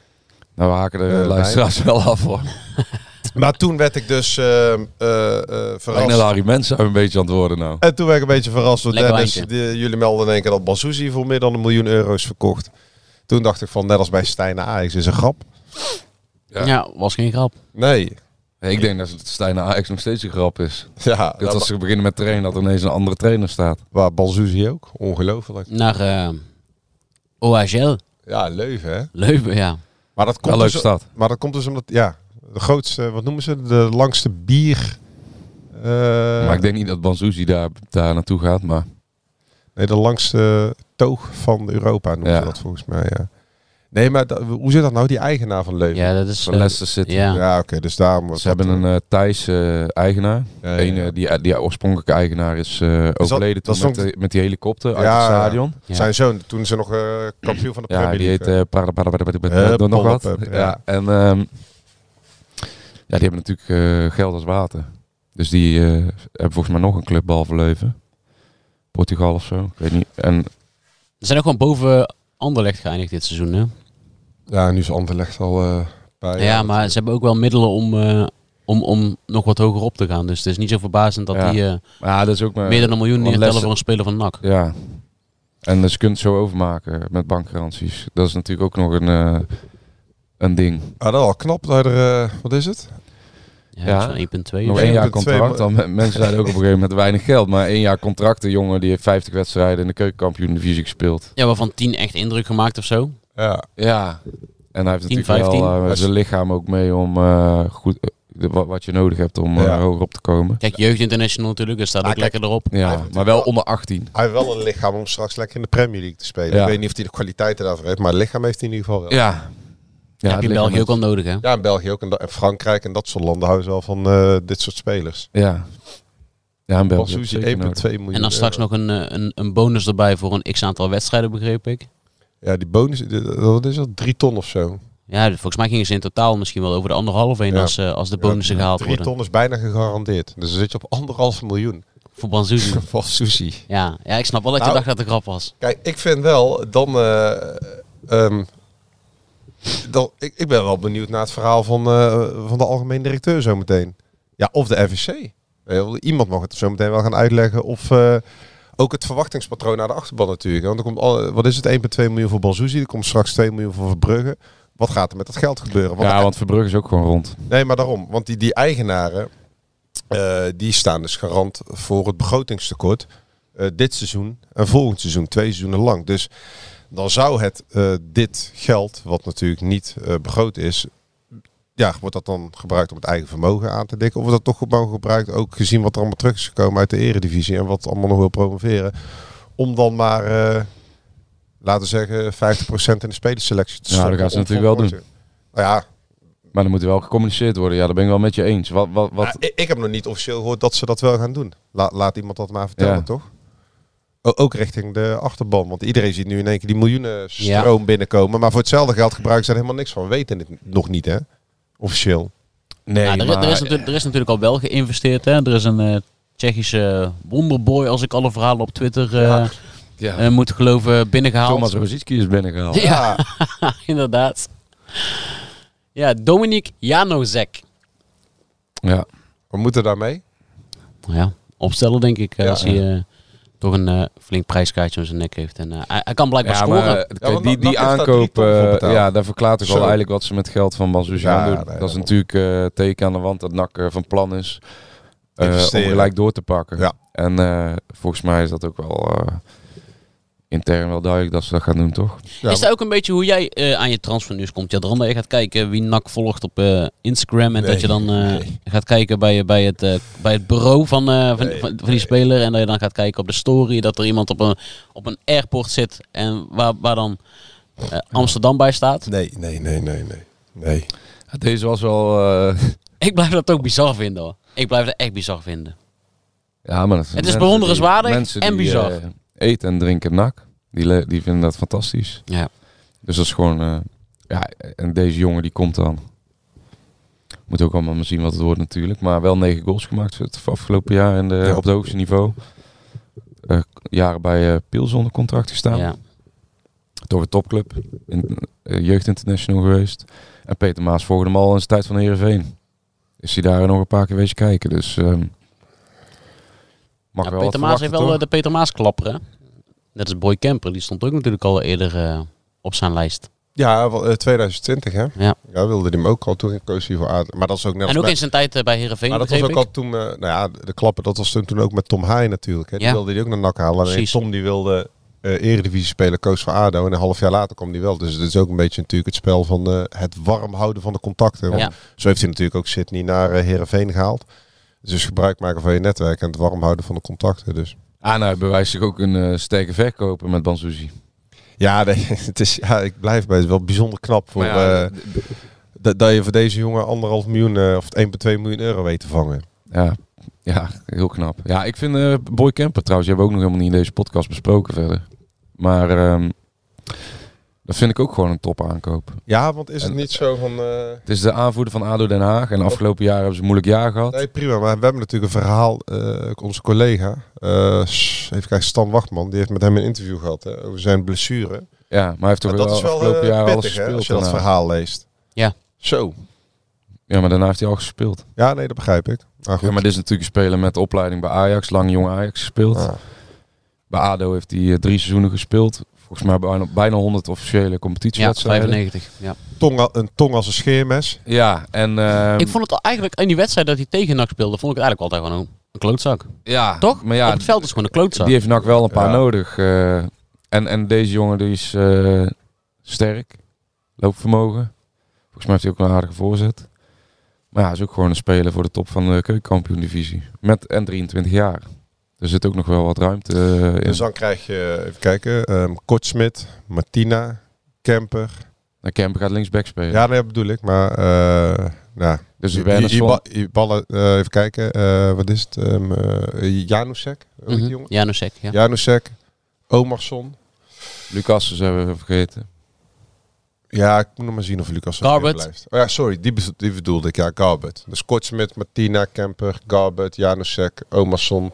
H: Nou, we haken de
I: Eh,
H: luisteraars wel af hoor.
I: Maar toen werd ik dus eh, eh, eh,
H: Ik net
I: verrast.
H: Harry Mensen een beetje aan het worden nou.
I: En toen werd ik een beetje verrast door
G: Lekker
I: Dennis.
G: wijntje.
I: Die- jullie melden in één keer dat Bazouzi voor meer dan een miljoen euro's verkocht. Toen dacht ik van, net als bij Stijn Ajax, is een grap.
H: Ja.
G: Ja. was geen grap.
I: Nee. [laughs]
H: Ik denk dat Stijn Ajax nog steeds een grap is.
I: Ja,
H: Dat
I: dat
H: als ze beginnen met trainen, dat er ineens een andere trainer staat.
I: waar Bazouzi ook. Ongelooflijk.
G: Naar eh OHL,
I: Ja, Leuven, hè.
G: Leuven, ja.
I: Maar dat
H: Wel
I: komt,
H: leuk
I: dus,
H: staat.
I: maar dat komt dus omdat, ja, de grootste, wat noemen ze, de langste bier... eh,
H: Maar ik denk niet dat Banzuzi daar, daar naartoe gaat. Maar
I: Nee, de langste toog van Europa noemen
H: Ja.
I: ze dat volgens mij, ja. Nee, maar da- hoe zit dat nou, die eigenaar van Leuven?
G: Ja, dat is...
H: van
G: eh,
H: Leicester City.
G: ja.
I: Ja, oké, dus daarom... was
H: Ze hebben
I: dat,
H: een eh Thijs eh, eigenaar.
I: Ja,
H: Eén,
I: ja.
H: eh, die, die oorspronkelijke eigenaar is eh, overleden
I: dat
H: toen met,
I: stond-
H: de- met die helikopter uit
I: Ja,
H: het
I: ja.
H: stadion.
G: Ja.
I: Zijn zoon, toen ze nog eh, kampioen van de
H: Ja,
I: Premier
H: die heet
I: League.
H: eh
I: eh,
H: Prada Prada Prada Prada
I: Hup,
H: Prada- Prada- nog wat.
I: Hup, Hup,
H: ja.
I: ja.
H: en ehm, ja, die hebben natuurlijk eh, geld als water. Dus die eh, hebben volgens mij nog een club behalve Leuven. Portugal of zo, ik weet niet. En
G: Ze zijn ook gewoon boven Anderlecht geëindigd dit seizoen, hè?
I: eh, ja, nu is Anderlecht al eh, bij.
G: Ja, maar ze hebben ook wel middelen om, eh, om, om nog wat hoger op te gaan. Dus het is niet zo verbazend dat
H: Ja.
G: die eh,
H: maar ja, dat is ook maar...
G: meer dan een miljoen
H: want
G: neertellen
H: Leicester-
G: voor een speler van NAC.
H: Ja. En dus je kunt het zo overmaken met bankgaranties. Dat is natuurlijk ook nog een, eh, een ding.
I: Ah, dat is al knap. Dat hij er, eh, wat is het?
G: Ja,
H: Ja.
G: dat is wel 1,2
H: Nog
G: of
I: één
H: één
G: zo.
H: jaar
I: 1,2
H: contract.
I: miljoen.
H: Dan, men- mensen zeiden ook op een gegeven moment weinig geld. Maar één jaar contract. De jongen die heeft 50 wedstrijden in de keukenkampioen divisie gespeeld.
G: Ja, waarvan 10 echt indruk gemaakt of zo.
I: Ja.
H: Ja. En hij heeft
G: 10,
H: natuurlijk wel
G: 15.
H: eh, zijn lichaam ook mee om eh, goed, eh, de- wa- wat je nodig hebt om eh,
I: Ja.
H: hoger op te komen.
G: Kijk, Jeugd International natuurlijk, dat staat
I: Ah,
G: ook
I: kijk.
G: lekker erop.
I: heeft
H: Ja, maar
I: natuurlijk
H: wel
I: wel-
H: onder 18.
I: Hij heeft wel een lichaam om straks lekker in de Premier League te spelen.
H: Ja.
I: Ik weet niet of hij de kwaliteiten daarvoor heeft, maar het lichaam heeft hij in ieder geval wel.
H: Ja. ja
G: heb
H: het
G: je in
H: lichaam
G: België
H: is-
G: ook al nodig, hè?
I: Ja, in België ook. En, da- en Frankrijk en dat soort landen houden ze wel van eh, dit soort spelers.
H: Ja. Ja, in België. heb je
I: Basuzi 1,2
H: zeker nodig.
I: miljoen
G: En dan straks
I: euro.
G: nog een, eh, een, een bonus erbij voor een x-aantal wedstrijden, begreep ik.
I: Ja, die bonus, die- wat is dat? Drie ton of zo.
G: Ja, volgens mij gingen ze in totaal misschien wel over de anderhalf heen
I: Ja.
G: als, eh, als de bonussen gehaald
I: Drie
G: worden.
I: ton is bijna gegarandeerd. Dus dan zit je op anderhalf [laughs] miljoen.
G: Voor Banzuzi.
I: Van Sushi.
G: ja. ja, ik snap wel dat je
I: Nou.
G: dacht dat het een grap was.
I: Kijk, ik vind wel, dan... eh, ehm, dan ik, ik ben wel benieuwd naar het verhaal van, eh, van de algemeen directeur zometeen. Ja, of de FSC. Weet je wel, Eh, Iemand mag het zometeen wel gaan uitleggen. Of eh, ook het verwachtingspatroon naar de achterban natuurlijk. hè. Want er komt al, eh, wat is het, 1,2 miljoen voor Banzuzi. Er komt straks 2 miljoen voor Verbrugge. Wat gaat er met dat geld gebeuren? Want
H: Ja, want Verbrugge is ook gewoon rond.
I: Nee, maar daarom. Want die, die eigenaren, eh, die staan dus garant voor het begrotingstekort. eh, dit seizoen en volgend seizoen, twee seizoenen lang. Dus dan zou het eh, dit geld, wat natuurlijk niet eh, begroot is, ja, wordt dat dan gebruikt om het eigen vermogen aan te dikken? Of wordt dat toch gewoon gebruikt, ook gezien wat er allemaal terug is gekomen uit de eredivisie en wat allemaal nog wil promoveren, om dan maar, eh, laten we zeggen, 50% in de spelersselectie te
H: Ja, Nou, dat
I: stoppen
H: gaan ze
I: om
H: natuurlijk wel
I: voor-
H: doen.
I: Nou ja,
H: Maar dan moet er wel gecommuniceerd worden. Ja, daar ben ik wel met je eens. Wat, wat, wat,
I: Ja, ik, ik heb nog niet officieel gehoord dat ze dat wel gaan doen. La- laat iemand dat maar vertellen,
H: Ja.
I: toch? O- ook richting de achterban. Want iedereen ziet nu in één keer die miljoenen stroom binnenkomen. Maar voor hetzelfde geld gebruiken ze er helemaal niks van. We weten het nog niet, hè? Officieel.
H: Nee,
G: Ja, Nou, er, is- er, is natuurlijk, er is natuurlijk al wel geïnvesteerd. Hè? Er is een eh, Tsjechische wonderboy, als ik alle verhalen op Twitter eh,
H: ja,
G: eh, moet geloven, binnengehaald.
H: Thomas Rosicki is binnengehaald.
G: Ja, [laughs] inderdaad. Ja, Dominique Janozek.
H: Ja.
I: We moeten daarmee.
G: Nou ja, opstellen, denk ik. eh,
H: Ja,
G: als hij eh, toch een eh, flink prijskaartje om zijn nek heeft. En eh, hij, hij kan blijkbaar
H: Ja,
G: scoren.
H: maar eh, kijk,
I: want
H: die,
I: NAC
H: die
I: heeft daar drie
H: aankoop,
I: ton voor
H: eh,
I: betaald.
H: ja, daar verklaart toch
I: Zo.
H: al eigenlijk wat ze met geld van Banzuzian
I: Ja,
H: doen.
I: nee,
H: dat is
I: daarom.
H: natuurlijk eh teken aan de wand dat NAC eh, van plan is eh, om
I: Investeren.
H: gelijk door te pakken.
I: Ja.
H: En eh, volgens mij is dat ook wel eh, intern wel duidelijk dat ze dat gaan doen, toch?
I: Ja,
G: is dat ook een beetje hoe jij eh, aan je transfernieuws komt? Ja, Drander, je gaat kijken wie NAC volgt op eh, Instagram. En
I: Nee,
G: dat je dan eh,
I: nee.
G: gaat kijken bij, bij, het, eh, bij het bureau van, eh, van, van, van die speler. En dat je dan gaat kijken op de story dat er iemand op een, op een airport zit. En waar, waar dan eh, Amsterdam bij staat.
I: Nee, nee, nee, nee, nee. Nee.
H: Deze was wel... eh,
G: Ik blijf dat ook bizar vinden hoor. Ik blijf dat echt bizar vinden.
H: ja, maar dat
G: Het is
H: mensen
G: bewonderenswaardig
H: die- mensen
G: en
H: die,
G: bizar.
H: eh, eten en drinken NAC, die, le- die vinden dat fantastisch.
G: Ja.
H: Dus dat is gewoon... eh, ja, en deze jongen die komt dan. Moet ook allemaal maar zien wat het wordt natuurlijk. Maar wel negen goals gemaakt voor het afgelopen jaar in de,
I: Ja.
H: op het hoogste niveau. Eh, jaren bij eh Pils zonder contract gestaan.
G: ja.
H: Door een topclub. In, eh, Jeugd International geweest. En Peter Maas volgde hem al in zijn tijd van Heerenveen. Is hij daar nog een paar keer wezen kijken. Dus ehm, mag
G: Ja,
H: wel
G: Peter Maas heeft wel
H: toch?
G: eh, de Peter Maas klapper hè? Net als Boy Kemper. Die stond ook natuurlijk al eerder eh, op zijn lijst.
I: Ja, wel, eh, 2020 hè?
G: Ja.
I: Ja, wilde hij hem ook al toen koos hij voor Aard. Maar dat is ook net als
G: En ook
I: bij-
G: in zijn tijd eh, bij Heerenveen
I: Maar dat was
G: begreep
I: ook
G: ik.
I: al toen, eh, nou ja, de klappen, dat was toen, toen ook met Tom Heij natuurlijk. Hè. Die
G: Ja.
I: wilde die ook naar NAC halen. Alleen
G: Precies.
I: Tom die wilde eh eredivisie spelen, koos voor ADO. En een half jaar later kwam die wel. Dus het is ook een beetje natuurlijk het spel van eh, het warm houden van de contacten. Want
G: Ja.
I: Zo heeft hij natuurlijk ook Sydney naar eh, Heerenveen gehaald. Dus gebruik maken van je netwerk en het warm houden van de contacten. Dus.
H: Ah, nou, hij bewijst zich ook een eh, sterke verkoper met Bansuzi.
I: Ja, nee, [laughs] het is, ja, ik blijf bij. Het is wel bijzonder knap voor,
H: Maar ja,
I: eh, dat- dat je voor deze jongen anderhalf miljoen eh, of 1,2 miljoen euro weet te vangen.
H: Ja, ja heel knap. Ja, ik vind eh, Boy Kemper trouwens, die hebben we ook nog helemaal niet in deze podcast besproken verder. Maar ehm, dat vind ik ook gewoon een top aankoop.
I: Ja, want is het
H: En-
I: niet zo van... eh,
H: Het is de aanvoerder van ADO Den Haag en de afgelopen jaar hebben ze een moeilijk jaar gehad.
I: Nee, prima. Maar we hebben natuurlijk een verhaal. eh, onze collega, eh, s- even kijken, Stan Wachtman, die heeft met hem een interview gehad hè, over zijn blessure.
H: Ja, maar hij heeft toch
I: Maar
H: wel,
I: dat is wel
H: afgelopen
I: eh,
H: jaar alles
I: pittig, hè,
H: gespeeld.
I: als je dat
H: daarna.
I: verhaal leest.
G: Ja.
I: Zo.
H: Ja, maar daarna heeft hij al gespeeld.
I: Ja, nee, dat begrijp ik. Maar goed.
H: Ja, maar dit is natuurlijk een speler met de opleiding bij Ajax, lang jong Ajax gespeeld.
I: Ah.
H: Bij ADO heeft hij eh, drie seizoenen gespeeld. Volgens mij bijna, bijna 100 officiële
G: Ja,
H: competitiewedstrijden.
G: 95. Ja.
I: Tong, al- een tong als een scheermes.
H: Ja, en ehm,
G: Ik vond het al eigenlijk in die wedstrijd dat hij tegen NAC speelde, vond ik het eigenlijk altijd gewoon een, een klootzak.
H: ja,
G: Toch?
H: Maar ja,
G: Op het veld is gewoon een klootzak.
H: die heeft NAC wel een paar
I: Ja.
H: nodig. eh. en, en deze jongen die is eh, sterk, loopvermogen. Volgens mij heeft hij ook wel een aardige voorzet. Maar ja, hij is ook gewoon een speler voor de top van de keukenkampioen-divisie. Met en 23 jaar. Er zit ook nog wel wat ruimte eh, in.
I: Dus dan krijg je, even kijken, ehm Kortsmit, Martina, Kemper.
H: Nou, Kemper gaat linksback spelen.
I: Ja, nee, dat bedoel ik. Maar, eh nou,
H: Dus
I: je, je,
H: Wernersson-
I: je, ba- je ballen, eh, even kijken, eh, wat is het? Ehm eh, Janusek, hoe heet die jongen?
G: Ja, nou sec. Ja.
I: Janusek, Omarsson.
H: Lucas hebben we vergeten.
I: Ja, ik moet nog maar zien of Lucas er
G: Garbert.
I: weer blijft. Oh ja, sorry, die, bezo- die bedoelde ik. Ja, Garbert. Dus Kortsmit, Martina, Kemper, Garbert, Janusek, Omerson.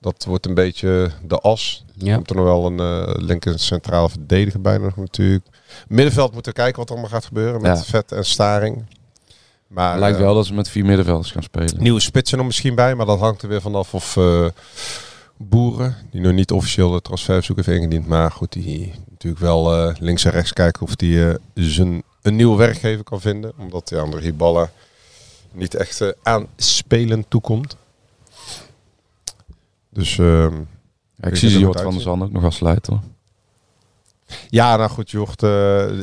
I: Dat wordt een beetje de as.
G: Ja.
I: Komt er nog wel een eh linker centrale verdediger bij nog natuurlijk. Middenveld moeten we kijken wat er allemaal gaat gebeuren met
H: Ja.
I: Vet en Staring. Maar
H: Het lijkt
I: eh,
H: wel dat ze met vier middenvelders gaan spelen.
I: nieuwe spitsen er misschien bij, maar dat hangt er weer vanaf of eh, boeren die nog niet officieel de transferverzoek heeft ingediend, maar goed, die natuurlijk wel eh, links en rechts kijken of die eh, zijn een nieuwe werkgever kan vinden, omdat die andere ballen niet echt eh, aan spelen toekomt. Dus ehm,
H: Ja, ik
I: Ik
H: zie
I: vind het
H: Jort
I: ook
H: van der
I: uitzien.
H: Zand ook nog als sluiter. hoor.
I: ja, nou goed, Jocht eh,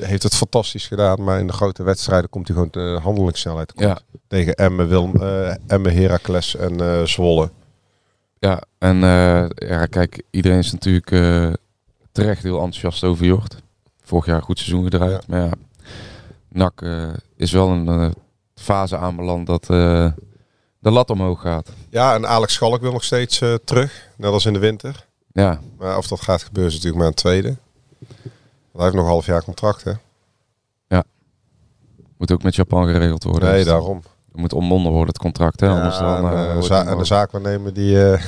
I: heeft het fantastisch gedaan, maar in de grote wedstrijden komt hij gewoon de handelingssnelheid tekort.
H: Ja,
I: tegen Emmen, Willem, eh, Emmen, Heracles en eh, Zwolle.
H: ja. en eh, ja, kijk, iedereen is natuurlijk eh, terecht heel enthousiast over Jort. Vorig jaar een goed seizoen gedraaid. Maar ja, NAC eh, is wel een eh, fase aanbeland dat eh, de lat omhoog gaat.
I: Ja, en Alex Schalk wil nog steeds eh, terug, net als in de winter.
H: Ja,
I: Maar of dat gaat gebeuren is natuurlijk maar een tweede. Want hij heeft nog een half jaar contract, hè?
H: moet ook met Japan geregeld worden.
I: Nee,
H: Dus
I: daarom.
H: het moet ontmonden worden, het contract. Hè? Anders dan,
I: en,
H: eh,
I: eh,
H: wordt
I: za-
H: het
I: en de
H: nog-
I: zaakwaarnemer die, eh,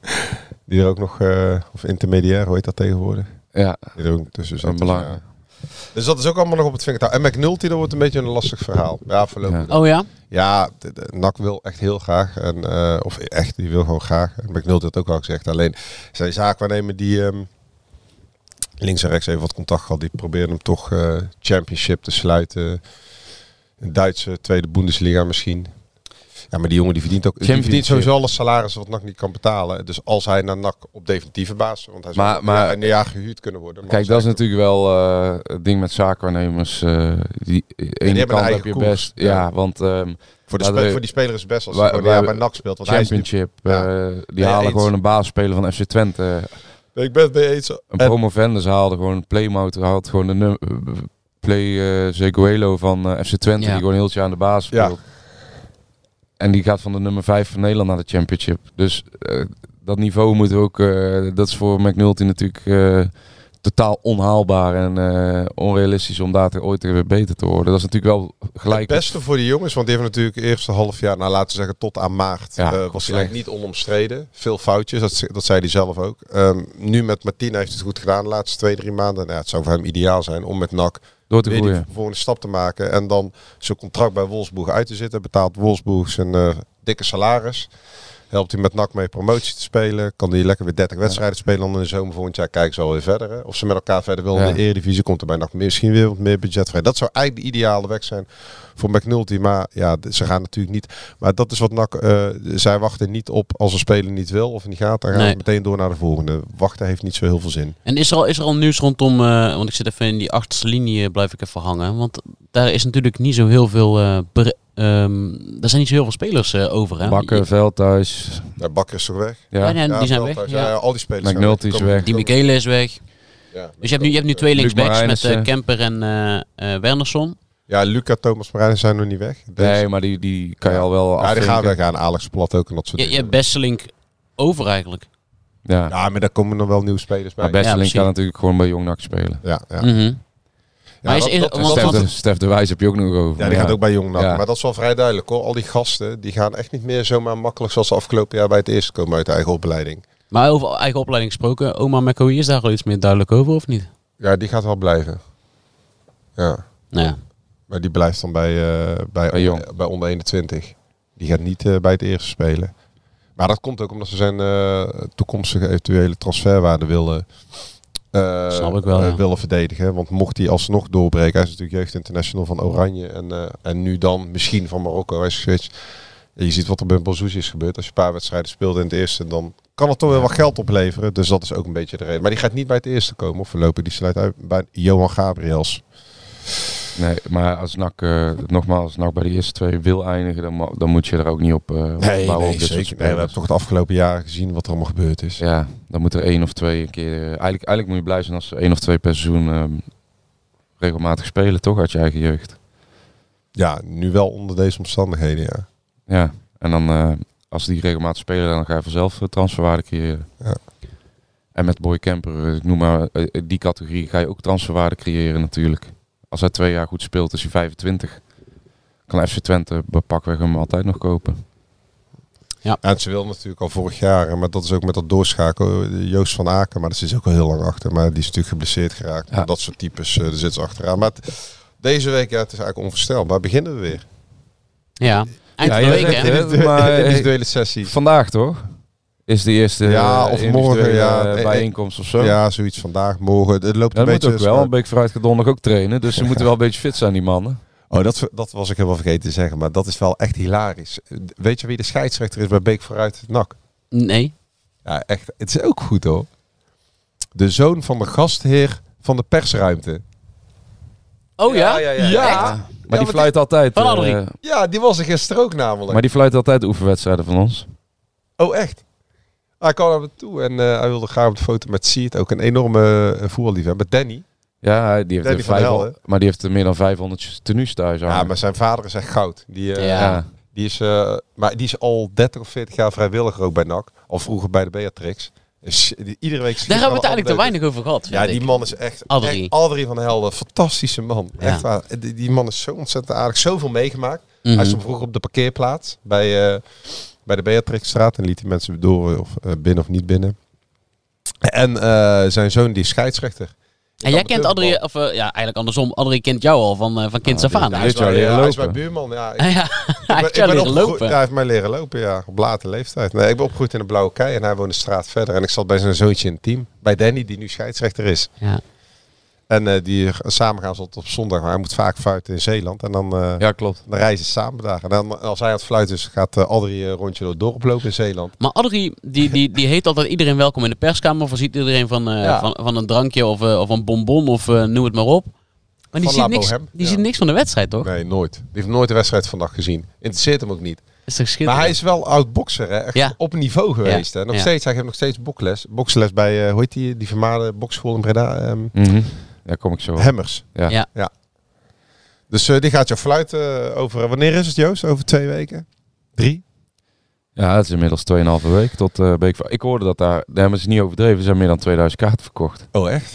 I: [laughs] die er ook nog, eh, of intermediair, hoe heet dat tegenwoordig?
H: ja,
I: Die er ook tussen
H: dat is
I: zit.
H: belangrijk.
I: Ja. Dus dat is ook allemaal nog op het vingertouw. En McNulty, dat wordt een beetje een lastig verhaal. Ja, voorlopig.
H: Ja.
I: Ja,
G: Oh ja?
I: de, de- NAC wil echt heel graag. En, eh, of echt, die wil gewoon graag. En McNulty had ook al gezegd. Alleen, zijn zaakwaarnemer die ehm, links en rechts even wat contact had. Die probeerde hem toch eh, championship te sluiten. Een Duitse tweede Bundesliga misschien. Ja, maar die jongen die verdient ook. Die verdient
H: Championship.
I: sowieso alle salarissen wat NAC niet kan betalen. Dus als hij naar NAC op definitieve basis. Want hij zou
H: Maar-
I: maar,
H: maar-
I: een jaar gehuurd kunnen worden. maar
H: Kijk, dat
I: als hij-
H: is natuurlijk wel eh, het ding met zaakwaarnemers. eh die,
I: hebben
H: ene
I: een
H: kant
I: eigen
H: heb je
I: koers.
H: best. Ja,
I: Ja.
H: want ehm
I: Voor, de
H: Laten
I: spe-
H: we-
I: voor die speler is het best als
H: Wij-
I: hij gewoon
H: wij-
I: een jaar bij NAC speelt. Want hij is natuurlijk-
H: Championship,
I: Ja.
H: eh, die
I: Ja,
H: halen
I: eens.
H: gewoon een basisspeler van FC Twente.
I: Nee, ik ben het mee eens.
H: Een
I: En-
H: promovendus haalde gewoon een playmouter, haalt gewoon een num- play eh Seguelo van eh, FC Twente,
G: Ja.
H: die gewoon een heel het jaar aan de baas
I: Ja.
H: speelt. En die gaat van de nummer 5 van Nederland naar de championship. Dus eh, dat niveau moeten we ook, eh, dat is voor McNulty natuurlijk eh, totaal onhaalbaar en eh, onrealistisch om daar te, ooit weer beter te worden. Dat is natuurlijk wel
I: het
H: gelijk.
I: beste voor die jongens, want die heeft natuurlijk eerste half jaar, nou laten we zeggen tot aan maart,
H: Ja,
I: eh,
H: klopt,
I: was hij
H: slecht.
I: eigenlijk niet onomstreden. Veel foutjes, dat, ze- dat zei hij zelf ook. Ehm, nu met Martina heeft hij het goed gedaan de laatste twee, drie maanden. Nou, ja, het zou voor hem ideaal zijn om met NAC
H: Door te
I: weer die
H: groeien.
I: volgende stap te maken. En dan zijn contract bij Wolfsburg uit te zitten. Betaalt Wolfsburg zijn eh, dikke salaris. Helpt hij met NAC mee promotie te spelen. Kan hij lekker weer 30 wedstrijden spelen. Dan in de zomer volgend jaar kijken ze alweer verder. hè. Of ze met elkaar verder willen
H: Ja.
I: in de Eredivisie. Komt er bij NAC misschien weer wat meer budget vrij. Dat zou eigenlijk de ideale weg zijn voor McNulty. Maar ja, d- ze gaan natuurlijk niet. Maar dat is wat NAC... eh, zij wachten niet op als een speler niet wil of niet gaat. Dan gaan
G: Nee.
I: ze meteen door naar de volgende. Wachten heeft niet zo heel veel zin.
G: En is er al, is er al nieuws rondom, eh, want ik zit even in die achterste linie, eh, blijf ik even hangen. Want daar is natuurlijk niet zo heel veel, eh bere- ehm, daar zijn niet zo heel veel spelers eh, over. Hè?
H: Bakker, Veldhuis.
I: Ja, Bakker is toch weg?
H: Ja.
G: Ja, nee, die zijn weg.
I: Veldhuis,
G: ja.
I: al die spelers zijn
H: McNulty
I: weg.
H: is weg.
G: Die Michele is weg.
I: Ja,
G: Dus je hebt nu, je hebt nu twee
H: Luc
G: linksbacks met eh,
H: Marijnissen.
G: Kemper en eh eh, Wernersson.
I: Ja, Luca, Thomas Marijnen zijn nog niet weg. Deze-
H: Nee, maar die, die kan je al wel
I: ja, die gaan
H: afvinken.
I: weg aan Alex Plat ook en dat soort
G: Je, je hebt Besselink over eigenlijk.
H: Ja.
I: Ja, maar daar komen nog wel nieuwe spelers bij.
H: Maar Besseling
G: precies.
H: kan natuurlijk gewoon bij Jong NAC spelen.
I: Ja, ja.
G: Mhm.
I: Ja,
G: Maar is-
I: dat-
G: is-
I: dat-
G: want-
I: dat-
H: Stef
G: want-
H: de, Stef de Wijs heb je ook nog over.
I: ja, die gaat ook bij Jong NAC.
H: Ja.
I: Maar dat is wel vrij duidelijk hoor. Al die gasten, die gaan echt niet meer zomaar makkelijk zoals ze afgelopen jaar bij het eerste komen uit de eigen opleiding.
G: Maar over eigen opleiding gesproken, Oma McCoy is daar al iets meer duidelijk over of niet?
I: Ja, die gaat wel blijven. Ja,
G: Nou ja.
I: maar die blijft dan bij, eh, bij,
H: Bij Jong.
I: bij onder 21. Die gaat niet eh, bij het eerste spelen. Maar dat komt ook omdat ze zijn eh, toekomstige eventuele transferwaarde willen, eh,
G: Snap ik wel,
I: eh,
G: ja.
I: willen verdedigen. Want mocht hij alsnog doorbreken, hij is natuurlijk jeugd international van Oranje en, eh, en nu dan misschien van Marokko. Hij is geswitcht. En Je ziet wat er bij Bouzouzi is gebeurd. Als je een paar wedstrijden speelde in het eerste, dan kan het toch wel wat geld opleveren. Dus dat is ook een beetje de reden. Maar die gaat niet bij het eerste komen. Of voorlopig, die sluit uit bij Johan Gabriels.
H: Nee, maar als NAC, eh, nogmaals, als NAC bij de eerste twee wil eindigen, dan, mo- dan moet je er ook niet op eh bouwen.
I: Nee, nee,
H: op dit soort
I: zeker. Nee, we
H: spelers.
I: hebben toch het afgelopen jaar gezien wat er allemaal gebeurd is.
H: Ja, dan moet er één of twee een keer... eh, eigenlijk, eigenlijk moet je blij zijn als ze één of twee per seizoen ehm, regelmatig spelen, toch? Uit je eigen jeugd.
I: Ja, nu wel onder deze omstandigheden, ja.
H: Ja, en dan eh, als die regelmatig spelen, dan ga je vanzelf eh, transferwaarde creëren.
I: Ja.
H: En met Boy Camper, eh, ik noem maar eh, eh, die categorie, ga je ook transferwaarde creëren natuurlijk. Als hij twee jaar goed speelt, is hij 25. Kan FC Twente bij pakweg hem altijd nog kopen.
I: En ze wilde natuurlijk al vorig jaar, hè, maar dat is ook met dat doorschakelen. Joost van Aken, maar daar zit ze ook al heel lang achter. Maar die is natuurlijk geblesseerd geraakt.
H: Ja.
I: Dat soort types, eh, daar zit ze achteraan. Maar het- deze week, ja, het is eigenlijk onvoorstelbaar. Beginnen we weer.
G: ja. Eind
H: Ja,
G: van de
H: jij
G: week,
H: zegt
G: hè?
I: [laughs]
H: het. maar- eh,
I: individuele sessie.
H: Vandaag toch? Is de eerste
I: Ja,
H: eh,
I: of
H: individuele,
I: morgen, ja.
H: eh, bijeenkomst of zo. Ja,
I: Ja, zoiets vandaag, morgen. Het loopt
H: dat
I: een
H: moet
I: beetje...
H: ook wel. Een beetje vooruit gedondig ook trainen. Dus ze moeten
I: [laughs]
H: wel een beetje fit zijn, die mannen.
I: Oh, dat, dat was ik helemaal vergeten te zeggen. Maar dat is wel echt hilarisch. Weet je wie de scheidsrechter is bij Beek vooruit? NAC.
G: Nee.
I: Ja, echt. Het is ook goed hoor. De zoon van de gastheer van de persruimte.
G: Oh ja?
I: ja. Ja,
H: Maar die
I: want
H: fluit altijd.
G: Van
H: eh,
G: Adrie.
I: die, ja, die was er gisteren ook namelijk.
H: maar die fluit altijd de oefenwedstrijden van ons.
I: Oh, echt? Hij kwam naar me toe en eh, hij wilde graag op de foto met Siert. Ook een enorme eh, voetballiefhebber. Danny.
H: Ja, hij- die heeft
I: Danny
H: er
I: van der Helden.
H: 500 maar die heeft er meer dan 500 tenues thuis
I: Ja,
H: hangen.
I: maar zijn vader is echt goud. Die, eh,
G: Ja.
H: Ja.
I: die, is, eh, maar die is al 30 of 40 jaar vrijwilliger ook bij NAC. Al vroeger bij de Beatrix. Dus die- iedere week... schiet
G: Daar hebben we het
I: hij
G: eigenlijk te
I: een
G: weinig over gehad.
I: Ja,
G: vind
I: die
G: ik.
I: man is echt
G: Adrie.
I: echt Adrie van Helden. Fantastische man.
G: Ja.
I: Echt waar. Die, die man is zo ontzettend aardig. Zoveel meegemaakt.
G: Mhm.
I: Hij stond vroeger op de parkeerplaats bij, eh, bij de Beatrixstraat. En liet die mensen eh, door of eh, binnen of niet binnen. En eh, zijn zoon die is scheidsrechter.
G: En jij kent Adrie, of eh, ja, eigenlijk andersom. Adrie kent jou al van, eh, van kind af aan. [laughs]
I: Hij is,
H: Heeft jou
I: mijn,
H: leren
I: hij is mijn
H: lopen?
I: buurman, ja. Ik-
G: Ja, ja. hij heeft jou leren
I: opgegroeid-
G: lopen.
I: Ja, hij heeft mij leren lopen, ja. Op late leeftijd. Nee, ik ben opgegroeid in de Blauwe Kei en hij woonde een straat verder. En ik zat bij zijn zoontje in het team. Bij Danny, die nu scheidsrechter is.
G: Ja.
I: En eh, die g- samen gaan ze altijd op zondag. Maar hij moet vaak fluiten in Zeeland. En dan, eh,
H: Ja, klopt.
I: dan reizen ze samen daar. En dan, als hij aan het fluiten is, gaat eh, Adrie een rondje door het dorp lopen in Zeeland.
G: Maar Adrie, die, die, die heet altijd iedereen welkom in de perskamer. Voorziet iedereen van, eh,
I: Ja.
G: van, van een drankje of, eh, of een bonbon of eh, noem het maar op. Maar die,
I: Van
G: ziet
I: La
G: niks,
I: Bohème,
G: die
I: ja.
G: ziet niks van de wedstrijd, toch?
I: Nee, nooit. Die heeft nooit de wedstrijd vandaag gezien. Interesseert hem ook niet.
G: Is toch
I: Maar
G: schitterend?
I: hij is wel oud bokser, hè? Echt
G: Ja.
I: op niveau geweest.
G: Ja.
I: Hè? Nog
G: Ja.
I: steeds, hij geeft nog steeds bokles. Boksles bij, eh, hoe heet die, die vermaarde bokschool in Breda? Ehm,
H: Ja, Mhm. kom ik zo. op.
I: Hemmers.
H: Ja.
G: Ja.
I: ja. Dus eh, die gaat jou fluiten eh, over, wanneer is het Joost? Over twee weken? Drie?
H: Ja, het is inmiddels 2,5 week tot eh Beek. Ik hoorde dat daar, daar hebben ze niet overdreven, er zijn meer dan 2000 kaarten verkocht.
I: Oh, echt?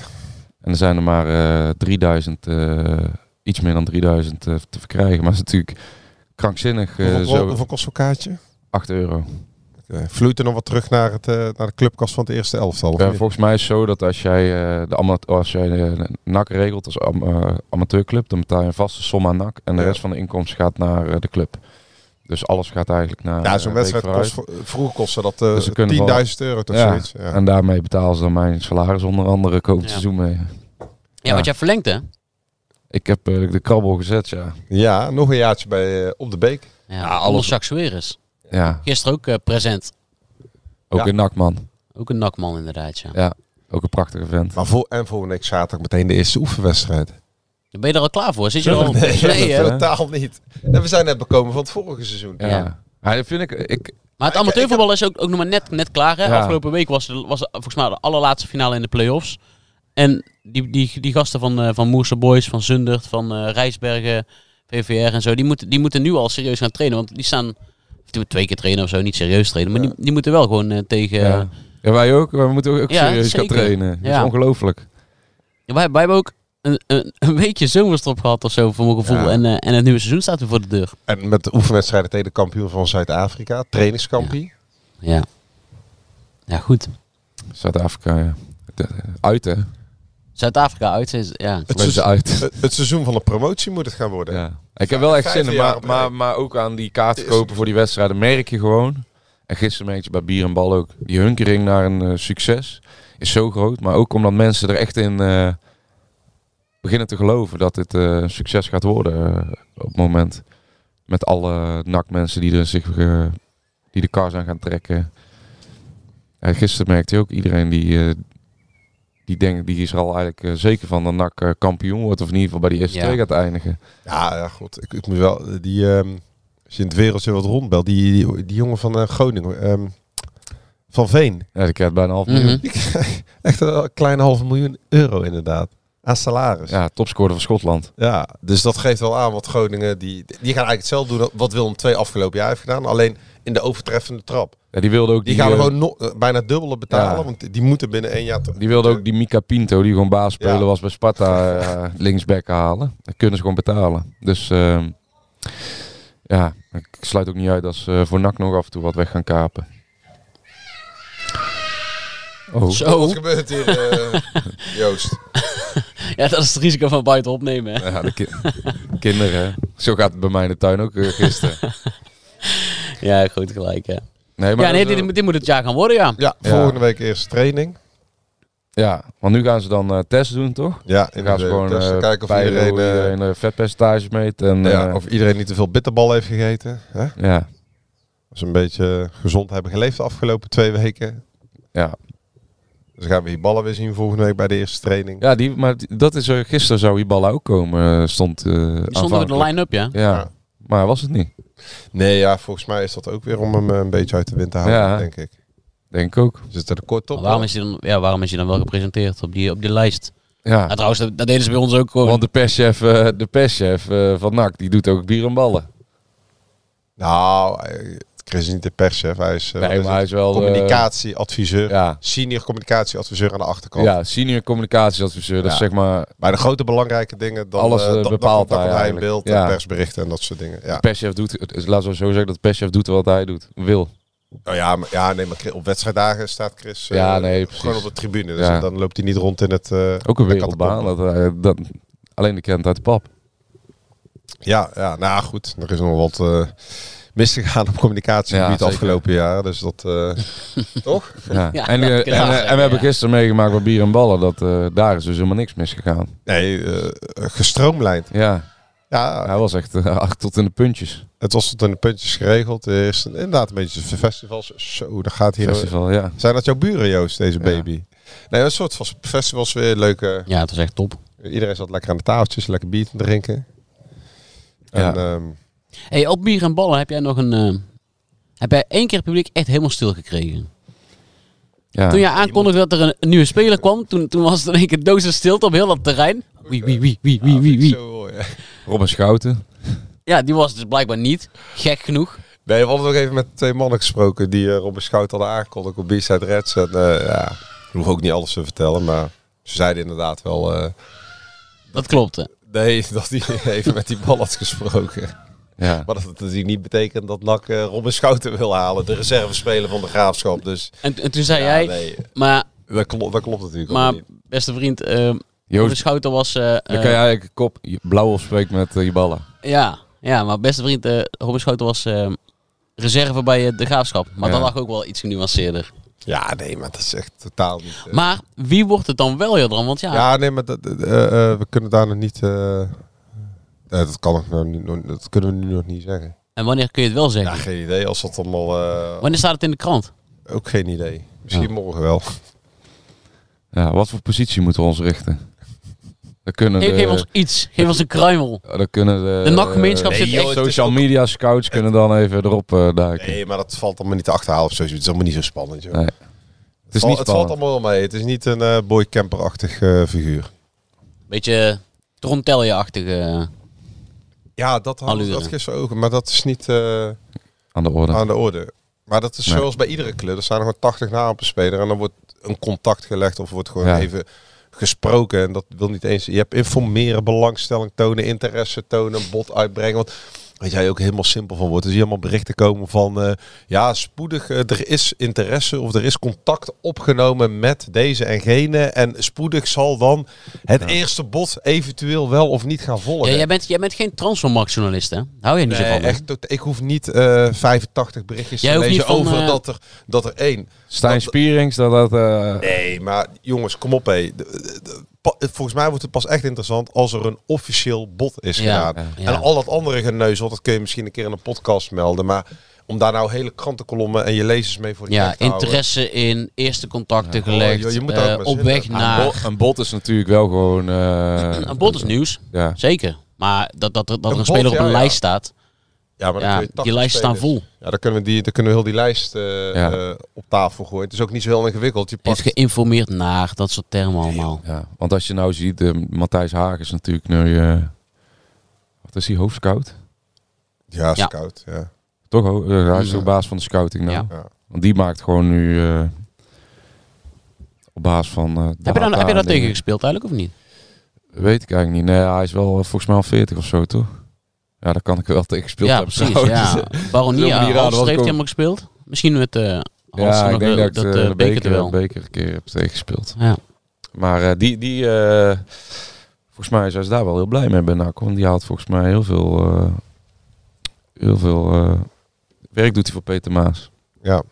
H: En er zijn er maar eh, 3000, eh, iets meer dan 3000 eh, te verkrijgen. Maar het is natuurlijk krankzinnig, eh,
I: hoeveel,
H: zo
I: hoeveel kost zo'n kaartje?
H: 8 euro.
I: Eh, vloeit er nog wat terug naar, het, eh, naar de clubkast van het eerste elftal? of
H: Ja,
I: niet?
H: volgens mij is het zo dat als jij, eh, de ama- als jij eh, NAC regelt als am- eh, amateurclub, dan betaal je een vaste som aan NAC. En de
I: Ja.
H: rest van de inkomsten gaat naar eh, de club. Dus alles gaat eigenlijk naar
I: ja,
H: eh,
I: zo'n
H: Beek
I: wedstrijd
H: vooruit.
I: kost, v- vroeger kostte dat
H: Dus ze
I: eh
H: kunnen wel-
I: 10.000 euro of
H: Ja.
I: zoiets. Ja.
H: En daarmee betalen ze dan mijn salaris onder andere komend seizoen mee.
G: ja, want jij verlengt, hè?
H: Ik heb eh, de krabbel gezet, ja.
I: Ja, nog een jaartje bij, eh, op de beek.
G: Ja, Onder Jacques Suarez.
H: Ja,
G: Gisteren ook eh, present.
H: ook
I: Ja.
H: een nakman.
G: Ook een nakman inderdaad, ja.
H: Ja, ook een prachtige vent.
I: Maar voor, en voor niks zaterdag meteen de eerste oefenwedstrijd. [laughs]
G: Dan ben je er al klaar voor? Zit je er al... Nee, hè?
H: hè?
I: Totaal niet. En we zijn net bekomen van het vorige seizoen.
H: Ja.
G: Ja.
H: Ja, dat vind ik, ik...
G: Maar het amateurvoetbal is ook, ook nog maar net, net klaar. Hè?
H: Ja.
G: Afgelopen week was, de- was volgens mij de allerlaatste finale in de play-offs. En die, die, die gasten van, eh van Moerse Boys, van Zundert, van eh, Rijsbergen, VVR en zo, die moeten, die moeten nu al serieus gaan trainen. Want die staan, of die moeten twee keer trainen of zo, niet serieus trainen. Maar die, die moeten wel gewoon eh, tegen...
H: Ja. Ja, wij ook. We moeten ook
G: Ja,
H: serieus gaan
G: zeker.
H: trainen. Dat
G: Ja.
H: is ongelooflijk.
G: Ja, eh, wij, wij hebben ook een, een, een weekje zomerstop gehad of zo, voor mijn gevoel.
I: Ja.
G: En, eh, en het nieuwe seizoen staat weer voor de deur.
I: En met de oefenwedstrijden tegen de kampioen van Zuid-Afrika, trainingskampioen.
G: Ja. Ja, goed.
H: Zuid-Afrika, ja. De- Uit, hè?
G: Zuid-Afrika uit, is- ja.
I: Het,
H: Mensen
I: seizoen-
H: uit.
I: [laughs] het- het seizoen van de promotie moet het gaan worden.
H: Ja. Ik heb wel echt
I: Vijf
H: zin in,
I: jaar
H: maar,
I: op rij.
H: maar, maar ook aan die kaarten kopen voor die wedstrijden merk je gewoon. En gisteren merk je bij Bier en Bal ook. Die hunkering naar een eh, succes is zo groot. Maar ook omdat mensen er echt in eh, beginnen te geloven dat dit eh, een succes gaat worden eh, op het moment. Met alle nakmensen die er zich eh, die de cars aan gaan trekken. En gisteren merkte je ook iedereen die, eh, die denkt, die is er al eigenlijk eh, zeker van dat NAC eh, kampioen wordt. Of in ieder geval bij die eerste
G: Ja.
H: twee gaat eindigen.
I: Ja, ja goed. Ik, ik moet wel eh, die. ehm, als je in het wereldje wat rondbelt, die, die, die jongen van eh, Groningen, ehm, van Veen.
H: Ja, die krijgt bijna een half miljoen.
G: Mhm.
I: Die krijgt Echt een kleine halve miljoen euro inderdaad. Aan salaris. Ja.
H: Ja, topscorer van Schotland.
I: dus dat geeft wel aan wat Groningen, die, die gaan eigenlijk hetzelfde doen wat Willem II afgelopen jaar heeft gedaan. Alleen in de overtreffende trap.
H: Ja, die wilde ook
I: Die
H: die,
I: gaan
H: eh,
I: gewoon no- eh, bijna dubbele betalen,
H: Ja.
I: want die moeten binnen één jaar... te-
H: die wilde ook die Mika Pinto, die gewoon baas spelen
I: Ja.
H: was bij Sparta,
I: [laughs]
H: eh, linksback halen. Dat kunnen ze gewoon betalen. Dus ehm, ja, ik sluit ook niet uit dat ze eh, voor NAC nog af en toe wat weg gaan kapen. Oh,
G: Zo.
I: Wat gebeurt hier,
H: [laughs]
I: eh, Joost?
G: Ja, dat is het risico van buiten opnemen, hè.
H: ja, de ki- [laughs] kinderen. hè. Zo gaat het bij mij in de tuin ook eh,
G: [laughs]
H: gisteren.
G: Ja, goed gelijk, hè.
H: Nee, maar
G: Ja, nee,
H: dat is,
G: dit,
H: eh,
G: dit moet het jaar gaan worden, ja.
I: Ja,
H: Ja.
I: volgende week eerst training.
H: ja, want nu gaan ze dan eh testen doen, toch?
I: Ja,
H: Dan gaan ze gewoon
I: testen,
H: eh,
I: kijken of
H: peilen
I: iedereen,
H: hoe
I: eh,
H: iedereen eh, vetpercentage meet. En,
I: ja,
H: eh,
I: of iedereen niet te veel bitterbal heeft gegeten. Hè?
H: ja,
I: Als ze een beetje gezond hebben geleefd de afgelopen twee weken.
H: ja,
I: Dus gaan we die ballen weer zien volgende week bij de eerste training.
H: Ja, die, maar die- dat is er, gisteren zou die bal ook komen, eh, stond eh
G: Die stonden we in de line-up, ja.
H: Ja.
I: Ja.
H: maar was het niet.
I: Nee, ja, volgens mij is dat ook weer om hem eh, een beetje uit de wind te houden,
H: Ja.
I: denk ik.
H: Denk ik ook.
I: We Zitten er kort op.
G: Maar
I: eh?
G: waarom
I: hoor.
G: is hij dan, ja, waarom is hij dan wel gepresenteerd op die, op die lijst?
H: Ja,
G: Nou, trouwens, dat, dat deden ze bij ons ook gewoon.
H: want de perschef, eh, de perschef eh, van NAC, die doet ook bier en ballen.
I: Nou, eh, Chris is niet de perschef. Hij is, eh,
H: Nee,
I: wat is
H: maar hij
I: het?
H: is wel, eh,
I: communicatieadviseur.
H: ja.
I: Senior communicatieadviseur aan de achterkant.
H: Ja, senior communicatieadviseur, dat is
I: Ja.
H: zeg maar...
I: Maar de grote belangrijke dingen, dan,
H: Alles,
I: eh,
H: eh,
I: dan- dan
H: bepaalt
I: komt- dan
H: hij
I: komt hij in
H: eigenlijk.
I: beeld, en
H: Ja.
I: persberichten en dat soort dingen. Ja.
H: Perschef doet, het is- laten we zo zeggen, dat de perschef doet wat hij doet, wil.
I: Nou ja, maar, ja, nee, maar Chris- op wedstrijddagen staat Chris eh,
H: Ja, nee, precies.
I: gewoon op de tribune. Dus
H: Ja.
I: dan loopt hij niet rond in het... eh,
H: Ook een
I: de
H: wereldbaan.
I: kattenpop.
H: Dat, hij- eh, dat, alleen de kent uit de pap.
G: [laughs]
I: Ja, ja, nou goed. Er is nog wat eh misgegaan op
H: Ja,
I: communicatiegebied de
H: zeker.
I: afgelopen jaren. Dus dat...
H: [laughs]
I: eh, toch?
H: Ja.
G: Ja,
H: en, eh,
G: dat kun je
H: en,
G: wel
H: eh,
G: zeggen,
H: en we hebben
G: ja.
H: gisteren meegemaakt bij Bier en Ballen. Dat, eh, daar is dus helemaal niks misgegaan.
I: Nee, eh, gestroomlijnd.
H: Ja,
I: Ja,
H: hij was echt eh, acht tot in de puntjes.
I: Het was tot in de puntjes geregeld. Er is inderdaad een beetje festivals. Zo, daar gaat hier.
H: Festival, ja.
I: Zijn dat jouw buren, Joost, deze baby? Nee, een soort van festivals weer leuk. eh,
G: Ja, het was echt top.
I: Iedereen zat lekker aan de tafeltjes, lekker bier te drinken.
H: Ja.
I: En, ehm,
G: Hey, op bier en ballen heb jij nog een... eh, heb jij één keer het publiek echt helemaal stil gekregen?
H: ja.
G: Toen jij aankondigde dat er een, een nieuwe speler kwam, toen, toen was het in één keer dozen stilte op heel dat terrein. Wie, wie, wie, wie, wie, wie, wie.
I: nou, Zo mooi, hè.
H: Robin Schouten.
G: Ja, die was dus blijkbaar niet. Gek genoeg.
I: Nee, we hadden nog even met twee mannen gesproken die eh Robin Schout hadden aangekondigd op B-Side Reds. En eh, ja, ik hoef ook niet alles te vertellen, maar ze zeiden inderdaad wel... eh, [laughs]
G: Dat klopte.
I: nee, dat hij even met die bal had gesproken.
H: Ja.
I: Maar dat het natuurlijk niet betekent dat NAC eh, Robin Schouten wil halen. De reservespeler van de Graafschap. Dus
G: En, en toen zei
I: Ja,
G: jij,
I: nee.
G: maar,
I: dat, klo- dat klopt natuurlijk
G: maar
I: ook niet.
G: beste vriend, eh de
H: Joost,
G: schouder was... eh,
H: dan
G: eh,
H: kan je eigenlijk kop je- blauw opspreken met eh, je ballen.
G: Ja, ja, maar beste vriend, eh Robin Schouten was eh, reserve bij eh, de graafschap. Maar
H: Ja.
G: dat lag ook wel iets genuanceerder.
I: Ja, nee, maar dat is echt totaal niet... eh.
G: Maar wie wordt het dan wel, Jodran? Want ja,
I: ja, nee, maar dat, eh, eh, we kunnen daar nog niet... eh, eh, dat, kan ik nou niet- nog- dat kunnen we nu nog niet zeggen.
G: en wanneer kun je het wel zeggen?
I: Ja, geen idee. Als dat allemaal... eh,
G: wanneer staat het in de krant?
I: ook geen idee. Misschien morgen wel.
H: Ja, wat voor positie moeten we ons richten? Dan
I: Eh,
H: kunnen
G: Geef,
H: de, oh,
G: geef ons iets. Geef ons een kruimel.
H: dan kunnen de,
G: De NAC-gemeenschap
I: Nee,
G: zit
I: joh,
G: echt...
I: het is
H: Social
I: ook-
H: media scouts kunnen dan even erop eh duiken.
I: [laughs] Nee, maar dat valt allemaal niet te achterhalen of zo. Het is allemaal niet zo spannend, joh.
H: Nee, het
I: Het,
H: is
I: val-
H: niet
I: het valt
H: spannend.
I: allemaal wel mee. Het is niet een eh boycamper-achtig eh, figuur.
G: Beetje Trontelje-achtige... eh,
I: Ja, dat hadden we
G: Allure.
I: dat gisteren ook. Maar dat is niet... eh,
H: aan de orde.
I: aan de orde. Maar dat is
H: Nee.
I: zoals bij iedere club. Er staan gewoon 80 namen per speler. En dan wordt een contact gelegd of wordt gewoon
H: Ja.
I: even gesproken. En dat wil niet eens... Je hebt informeren, belangstelling tonen, interesse tonen, een bod uitbrengen. Want weet jij ook helemaal simpel van wordt. Er zien allemaal berichten komen van... eh, ja, spoedig, eh, er is interesse of er is contact opgenomen met deze en gene. En spoedig zal dan het eerste bod eventueel wel of niet gaan volgen.
G: Ja, jij, bent, jij bent geen transfermarktjournalist, hè? Hou jij niet zo
I: Oh, Nee,
G: van? hè?
I: echt, tot- ik hoef niet eh 85 berichtjes
G: Jij
I: te
G: hoeft
I: lezen
G: niet van,
I: over
G: eh,
I: dat, er, dat er één...
H: Stijn
I: dat-
H: Spierings, dat dat... eh,
I: Nee, maar jongens, kom op hé. De- de- de- pa- Volgens mij wordt het pas echt interessant als er een officieel bod is
G: Ja,
I: gedaan.
G: ja.
I: En al dat andere geneuzel, dat kun je misschien een keer in een podcast melden. Maar om daar nou hele krantenkolommen en je lezers mee voor de gek
G: Ja,
I: te houden.
G: interesse in, eerste contacten gelegd,
I: Oh, joh, je moet
G: eh,
I: daar ook mee
G: op
I: zitten.
G: weg
I: Aan
H: Een,
G: naar...
H: bot, een bot is natuurlijk wel gewoon... eh,
G: [clears throat] Een bot is nieuws,
H: Ja.
G: zeker. Maar dat, dat, dat, er een
I: bot,
G: speler op
I: ja,
G: een
I: ja.
G: lijst staat,
I: Ja, maar dan
G: Ja,
I: kun je 80
G: die lijsten staan
I: spelers.
G: vol.
I: Ja, dan kunnen we, die, dan kunnen we heel die lijst eh,
H: Ja.
I: eh, op tafel gooien. Het is ook niet zo heel ingewikkeld. Je
G: heeft
I: pakt
G: geïnformeerd naar, dat soort termen allemaal.
H: Ja, want als je nou ziet, eh, Matthijs Haag is natuurlijk nu... eh, wat is hij, hoofdscout?
I: Ja,
G: Ja.
I: scout. Ja.
H: Toch, ho- eh, hij is toch baas van de scouting nou?
G: Ja.
I: Ja.
H: Want die maakt gewoon nu... eh, op basis van... eh,
G: Heb je,
H: data
G: dan, heb je daar
H: en dingen.
G: tegen gespeeld eigenlijk of niet?
H: Weet ik eigenlijk niet. Nee, hij is wel eh, volgens mij al 40 of zo, toch? Ja, daar kan ik wel [laughs] tegen gespeeld
G: ja,
H: hebben.
G: precies.
H: [laughs] trouwens.
G: Ja.
H: niet raden
G: Baronia,
H: wat
G: Halster
H: ik
G: heeft
H: ook-
G: helemaal gespeeld. Misschien met eh Halster
H: Ja, ik
G: nog wel-
H: denk dat ik
G: dat
H: de,
G: eh,
H: de
G: beker er
H: beker,
G: wel.
H: de beker een keer heb tegengespeeld.
G: Ja.
H: Maar eh, die, die eh, volgens mij zijn ze daar wel heel blij mee bij NAC. Want die haalt volgens mij heel veel, eh, heel veel eh, werk doet hij voor Peter Maas.
I: Ja.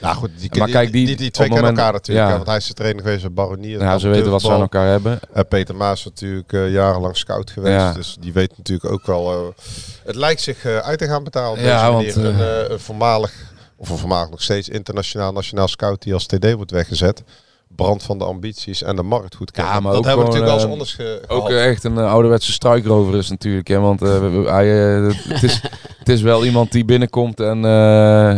I: Nou goed, die,
H: Maar
I: die-
H: kijk, die-
I: die, die twee
H: op het
I: kennen
H: moment-
I: elkaar natuurlijk.
H: ja.
I: hè, want hij is de trainer geweest bij Baronier.
H: Nou, ze weten wat ze aan elkaar hebben.
I: En eh, Peter Maas is natuurlijk eh, jarenlang scout geweest.
H: Ja.
I: Dus die weet natuurlijk ook wel... eh, het lijkt zich eh, uit te gaan betalen. op
H: Ja,
I: deze manier.
H: want,
I: een, eh, een voormalig, of een voormalig nog steeds internationaal nationaal scout die als TD wordt weggezet. Brand van de ambities en de markt goed kennen.
H: Ja, maar
I: dat
H: ook
I: hebben we
H: gewoon,
I: natuurlijk wel eens
H: eh,
I: anders ge
H: Ook
I: gehad.
H: eh, echt een eh, ouderwetse struikrover is natuurlijk. Hè, want eh, we- we- hij, eh, het,
I: [laughs]
H: is, het is wel iemand die binnenkomt en eh,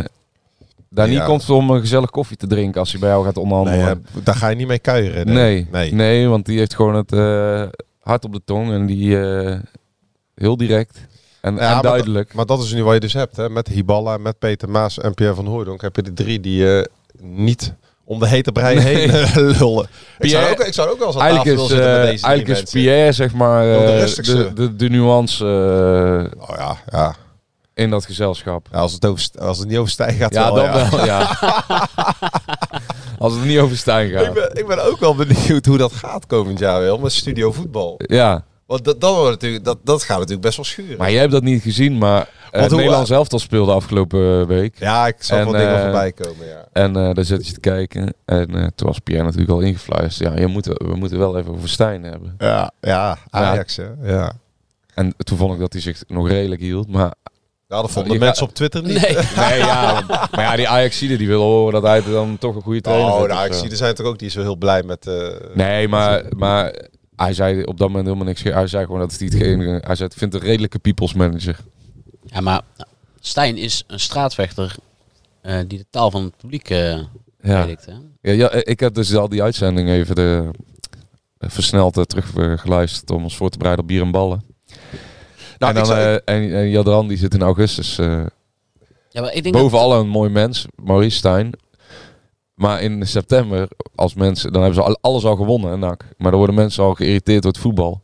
H: daar niet
I: Ja.
H: komt om een gezellig koffie te drinken als hij bij jou gaat onderhandelen.
I: nee, eh, daar ga je niet mee kuieren.
H: Nee. Nee.
I: nee.
H: want die heeft gewoon het eh, hart op de tong en die eh, heel direct en,
I: Ja,
H: en
I: maar
H: duidelijk.
I: dat- Maar, dat is nu wat je dus hebt. Hè? Met Hiballa, met Peter Maas en Pierre van Hooydonk heb je de drie die eh, niet om de hete brei
H: Nee.
I: heen eh, [laughs] lullen. ik, zou
H: Pierre-
I: ook, ik zou ook wel eens aan tafel
H: eigenlijk
I: willen
H: is,
I: zitten
H: eh,
I: met deze drie
H: eigenlijk is
I: mensen.
H: Pierre, zeg maar,
I: Wel de
H: eh,
I: rustigste.
H: de, de, de nuance eh,
I: Oh ja, ja.
H: in dat gezelschap.
I: Ja, als, het over, St- als het niet over Stijn gaat,
H: Ja, dan
I: wel, ja.
H: wel, ja. Als het niet over Stijn
I: [laughs] Ik,
H: gaat.
I: ben, ik ben ook wel benieuwd hoe dat gaat komend jaar wel met studio voetbal.
H: Ja,
I: Want dat, dan wordt natuurlijk, dat, dat gaat natuurlijk best wel schuren.
H: maar jij hebt dat niet gezien, maar eh,
I: Want hoe-
H: Nederland zelf al speelde afgelopen eh, week.
I: ja, ik zag
H: En,
I: wel dingen
H: eh,
I: voorbij komen, ja.
H: En eh, daar zat je te kijken. En eh, toen was Pierre natuurlijk al ingefluisterd. Ja, je moet, we moeten wel even over Stijn hebben.
I: Ja, ja Ajax, hè. Ja.
H: En toen vond ik dat hij zich nog redelijk hield.
I: [laughs]
H: Maar,
I: Nou, dat vonden
H: Je
I: mensen op Twitter niet.
G: Nee.
H: nee, ja, maar ja, die Ajaxiden die willen horen dat hij dan toch een goede trainer
I: Oh,
H: vindt
I: de
H: of zo.
I: Ajax er zijn toch ook niet zo heel blij met... eh,
H: Nee, maar, maar hij zei op dat moment helemaal niks. Hij zei gewoon dat hij het geen... Hij zei, ik vind het een redelijke people's manager.
G: Ja, maar eh, Stijn is een straatvechter eh, die de taal van het publiek eh
H: Ja.
G: predikt, hè?
H: Ja, ja, ik heb dus al die uitzending even de, versneld eh, terug eh, geluisterd om ons voor te bereiden op bier en ballen.
I: Nou,
H: en, dan,
I: ik zou-
H: eh, en, en Jadran die zit in augustus eh,
G: Ja, maar ik denk
H: boven
G: dat,
H: allen een mooi mens, Maurice Stijn. Maar in september, als mensen, dan hebben ze al- alles al gewonnen, hè, NAC. Maar dan worden mensen al geïrriteerd door het voetbal.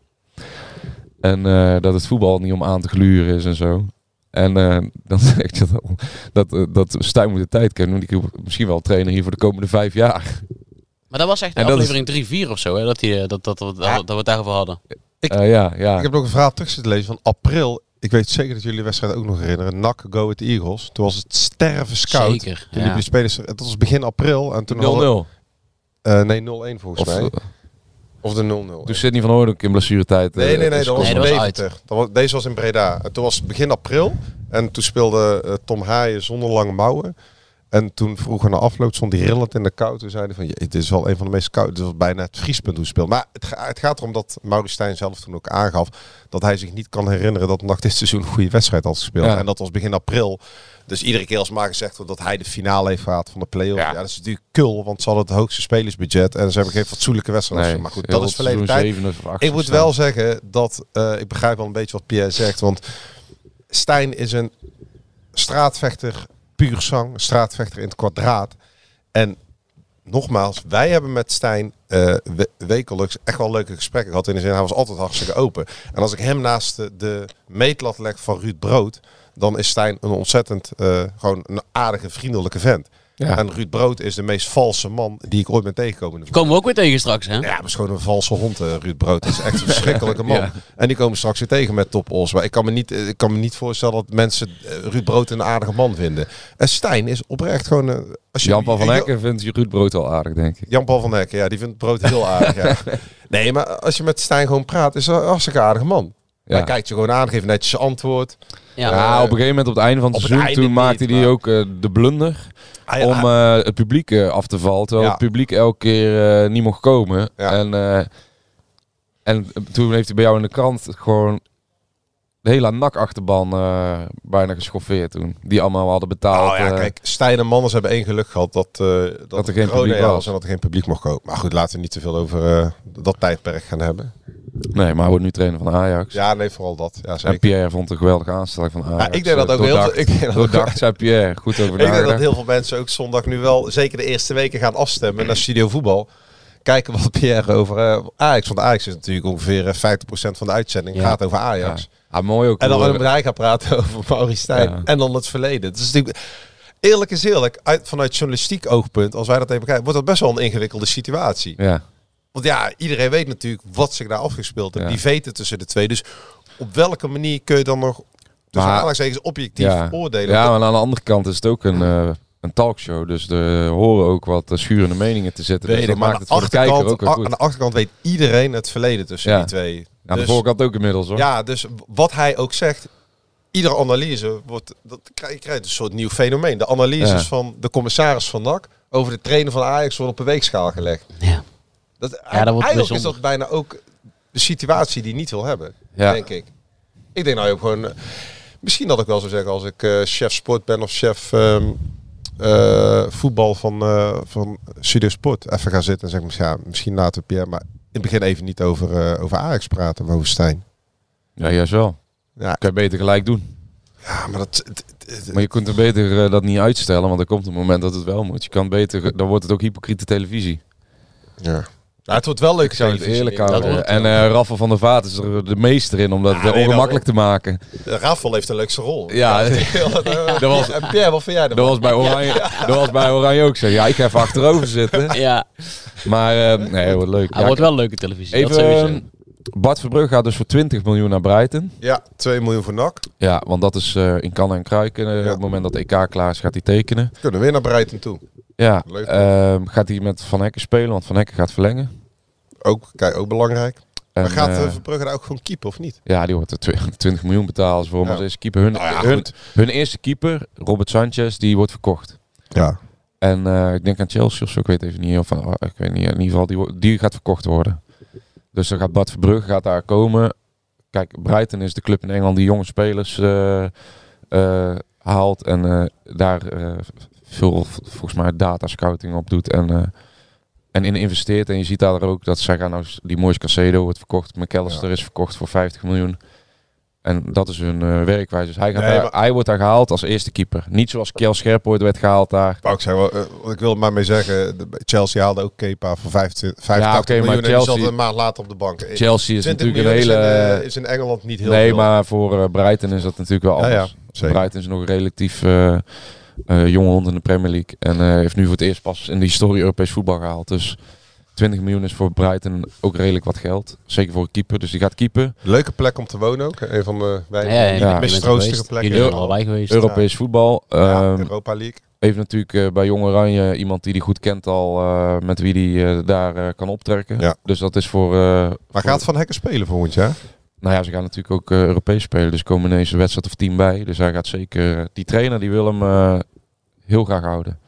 H: En eh, dat het voetbal niet om aan te gluren is en zo. En eh, dan [laughs] zegt je dan dat, eh, dat Stijn moet de tijd kennen. Want die kan misschien wel trainer hier voor de komende vijf jaar.
G: maar dat was echt
H: En dat is-
G: aflevering 3-4 of zo, hè? Dat, die, eh, dat, dat, dat, dat, dat we het daarover hadden.
I: Ik-
H: Eh, ja, ja.
I: Ik heb nog een verhaal terug zitten lezen van april. Ik weet zeker dat jullie de wedstrijd ook nog herinneren. NAC Go Ahead Eagles. Toen was het sterven scout.
G: Zeker,
I: Toen
G: ja.
I: liepen de spelers... Dat was begin april. En toen hadden-
H: 0-0.
I: eh, nee, 0-1 volgens
H: Of
G: eh,
I: mij. Of de 0-0.
H: toen Sidney van Hoorn ook in blessuretijd. eh,
I: Nee, nee, nee. Dat was
H: gescoord.
G: Nee,
I: in
G: dat was uit.
I: Deventer. Dat was- deze was in Breda. En toen was het begin april. En toen speelde eh, Tom Haaien zonder lange mouwen. En toen vroeg aan de afloop, stond hij rillend in de kou. Toen zeiden van, "Jee, dit is wel een van de meest koude. Dit was bijna het vriespunt hoe hij speelde. Maar het, ga- het gaat erom dat Maurits Stijn zelf toen ook aangaf... dat hij zich niet kan herinneren dat NAC dit seizoen een goede wedstrijd had gespeeld.
H: Ja.
I: En dat was begin april. Dus iedere keer als maar gezegd wordt dat hij de finale heeft gehad van de play-off. Ja. dat is natuurlijk kul, want ze hadden het hoogste spelersbudget. En ze hebben geen fatsoenlijke wedstrijd.
H: Nee,
I: gespeeld. maar goed, dat is verleden
H: seizoen
I: tijd.
H: zevende of achtste
I: Ik moet
H: staan.
I: wel zeggen dat eh, ik begrijp wel een beetje wat Pierre zegt. Want Stijn is een straatvechter puur zang, een straatvechter in het kwadraat. En nogmaals, wij hebben met Stijn eh, we- wekelijks echt wel leuke gesprekken gehad. In de zin, hij was altijd hartstikke open. En als ik hem naast de, de meetlat leg van Ruud Brood, dan is Stijn een ontzettend eh, gewoon een aardige, vriendelijke vent.
H: Ja.
I: En Ruud Brood is de meest valse man die ik ooit ben tegengekomen. in de
G: Komen we ook weer tegen straks, hè?
I: ja, maar het is gewoon een valse hond, eh, Ruud Brood. Dat is
H: [laughs]
I: echt een verschrikkelijke man. En die komen straks weer tegen met Top Os. Maar ik kan me niet, eh, ik kan me niet voorstellen dat mensen eh, Ruud Brood een aardige man vinden. En Stijn is oprecht gewoon... eh, als je,
H: Jan-Paul van
I: eh,
H: Hekken vindt Ruud Brood al aardig, denk ik.
I: Jan-Paul van Hekken, ja, die vindt Brood heel aardig. ja.
H: [laughs]
I: Nee, maar als je met Stijn gewoon praat, is hij een hartstikke aardige man.
H: Ja.
I: Hij kijkt je gewoon aan, geeft netjes zijn antwoord.
G: Ja.
H: Ja, op een gegeven moment op het einde van het
I: eh, Op het
H: seizoen,
I: einde
H: toen
I: niet,
H: maakte hij
I: maar-
H: ook eh, de blunder
I: Hij-
H: om
I: hij-
H: eh, het publiek eh, af te vallen. Terwijl
I: Ja.
H: het publiek elke keer eh, niet mocht komen.
I: Ja.
H: En, eh, en toen heeft hij bij jou in de krant gewoon de hele NAC-achterban eh, bijna geschoffeerd toen. Die allemaal hadden betaald.
I: Oh ja,
H: eh,
I: kijk, Stijn en Manners hebben één geluk gehad dat, eh, dat,
H: er
I: er
H: geen
I: geen
H: publiek
I: publiek
H: was.
I: was en dat er geen publiek mocht komen. Maar goed, laten we niet te veel over eh, dat tijdperk gaan hebben.
H: Nee, maar hij wordt nu trainer van Ajax.
I: Ja, nee, vooral dat. Ja, zeker.
H: En Pierre vond een geweldige aanstelling van Ajax.
I: Ja, ik denk dat ook heel
H: Doordacht-
I: veel- ik denk dat ook-
H: Doordacht, zei Pierre. Goed over
I: Ik denk dat
H: nagedacht.
I: heel veel mensen ook zondag nu wel, zeker de eerste weken, gaan afstemmen naar Studio Voetbal. Kijken wat Pierre over eh, Ajax, want Ajax is natuurlijk ongeveer eh, 50% van de uitzending
G: Ja.
I: gaat over Ajax.
H: Ja, mooi ook.
I: En dan
H: hoor.
I: met hij gaan praten [laughs] over Maurice Stijn
H: Ja.
I: en dan het verleden. Het is natuurlijk, eerlijk is eerlijk, uit, vanuit journalistiek oogpunt, als wij dat even kijken, wordt dat best wel een ingewikkelde situatie.
H: eh, Ja.
I: Want ja, iedereen weet natuurlijk wat zich daar afgespeeld heeft.
H: Ja.
I: Die veten tussen de twee. Dus op welke manier kun je dan nog, dus
H: Maar-
I: aanhalingstekens, objectief oordelen?
H: Ja, maar aan de andere kant is het ook een, eh, een talkshow. Dus er horen ook wat eh, schurende meningen te zitten. Dus
I: Weet
H: dat
I: ik, maar
H: maakt
I: aan
H: het voor de
I: de,
H: kijker ook
I: achterkant,
H: weer
I: a-
H: goed.
I: aan de achterkant weet iedereen het verleden tussen
H: Ja.
I: die twee.
H: Aan de
I: Dus-
H: voorkant ook inmiddels hoor.
I: ja, dus wat hij ook zegt, iedere analyse wordt, dat krijg, je krijgt een soort nieuw fenomeen. De analyses
H: Ja.
I: van de commissaris van NAC over de trainer van Ajax worden op een weegschaal gelegd.
G: Ja.
I: Dat,
G: wordt
I: eigenlijk is
G: bijzonder.
I: dat bijna ook de situatie die hij niet wil hebben,
H: Ja.
I: denk ik. Ik denk nou je hebt gewoon, eh, misschien dat ik wel zou zeggen als ik eh, chef sport ben of chef ehm, eh, voetbal van, eh van Studio Sport even ga zitten en zeg maar, ja, misschien later Pierre, maar in het begin even niet over, eh, over Ajax praten, maar over Stijn.
H: Ja, juist wel.
I: Ja,
H: Kan je beter gelijk doen.
I: Ja, maar dat... het- het- het-
H: Maar je kunt er beter eh, dat niet eh, uitstellen, want er komt een moment dat het wel moet. Je kan beter, dan wordt het ook hypocriete televisie.
I: ja. Ja, het wordt wel leuk.
H: Ik zou het eerlijk houden.
G: wordt
H: En eh Raffel van der Vaart is er de meester in om dat heel
I: nee, dat-
H: ongemakkelijk te maken.
I: Raffel dus heeft een leukste rol. [laughs] eh,
H: Ja, dat was,
I: En Pierre, wat vind jij
H: dat,
I: ervan?
H: was bij Oranje, dat was bij Oranje ook zo. Ja, ik ga even achterover zitten.
G: Ja,
H: Maar eh, nee, wordt leuk.
G: hij
H: Ja,
G: wordt wel leuke televisie.
H: Even,
G: dat sowieso.
H: eh, Bart Verbrugge gaat dus voor 20 miljoen naar Brighton.
I: Ja, 2 miljoen voor NAC.
H: Ja, want dat is eh, in kannen en kruiken. Eh, Op het moment dat EK klaar is, gaat hij tekenen.
I: Kunnen we weer naar Breiten toe.
H: Ja,
I: Leuk.
H: ehm, gaat hij met Van Hekken spelen, want Van Hekken gaat verlengen.
I: Ook, kijk, ook belangrijk.
H: En,
I: Maar gaat
H: eh,
I: eh, Verbrugge daar ook gewoon keeper of niet?
H: ja, die wordt er [laughs] 20, 20 miljoen betaald voor hem
I: Ja.
H: als eerste keeper. Hun,
I: Nou ja,
H: hun,
I: goed.
H: hun eerste keeper, Robert Sanchez, die wordt verkocht.
I: Ja.
H: En eh, ik denk aan Chelsea of zo, ik weet even niet. Of, aan- ah, ik weet niet, in ieder geval, die, wo- die gaat verkocht worden. Dus dan gaat Bart Verbrugge gaat daar komen. Kijk, Brighton is de club in Engeland die jonge spelers eh, eh, haalt. En eh, daar eh, veel, v- volgens mij, data scouting op doet. En, eh, en in investeert. En je ziet daar ook dat zij gaan nou, s- die Moyes Casedo wordt verkocht. McAllister is verkocht voor 50 miljoen. En dat is hun eh, werkwijze. Dus hij, gaat
I: Nee,
H: daar-
I: maar-
H: hij wordt daar gehaald als eerste keeper. Niet zoals Kjell Scherp ooit werd gehaald daar.
I: Wou ik, zeggen, wel, eh, want ik wil er maar mee zeggen, de- Chelsea haalde ook Kepa voor 25,
H: Ja,
I: 85
H: oké, maar
I: miljoen en die
H: Chelsea-
I: zat een maand later op de bank. Eh,
H: Chelsea is
I: 20
H: natuurlijk een
I: miljoen
H: hele.
I: is in, eh, is in Engeland niet heel
H: nee,
I: veel.
H: maar voor eh, Brighton is dat natuurlijk wel
I: Ja,
H: anders.
I: ja, zeker.
H: Brighton is nog een relatief eh, eh, jonge hond in de Premier League. En eh, heeft nu voor het eerst pas in de historie Europees voetbal gehaald. Dus 20 miljoen is voor Brighton ook redelijk wat geld. Zeker voor een keeper. Dus die gaat keeper.
I: Leuke plek om te wonen ook. Een van de
G: Ja,
I: weinige
G: ja, je bent er
I: mistroostige
G: geweest.
I: plekken.
G: Jullie zijn er allebei geweest.
H: Europees voetbal.
I: Ja,
H: Ehm,
I: Europa League.
H: heeft natuurlijk eh, bij Jong Oranje iemand die die goed kent al. eh, met wie die eh, daar eh, kan optrekken.
I: Ja.
H: Dus dat is voor. eh,
I: Maar
H: voor-
I: gaat Van Hekken spelen volgend jaar?
H: Nou ja, ze gaan natuurlijk ook eh, Europees spelen. Dus komen ineens een wedstrijd of tien bij. Dus hij gaat zeker... eh, Die trainer die wil hem eh, heel graag houden.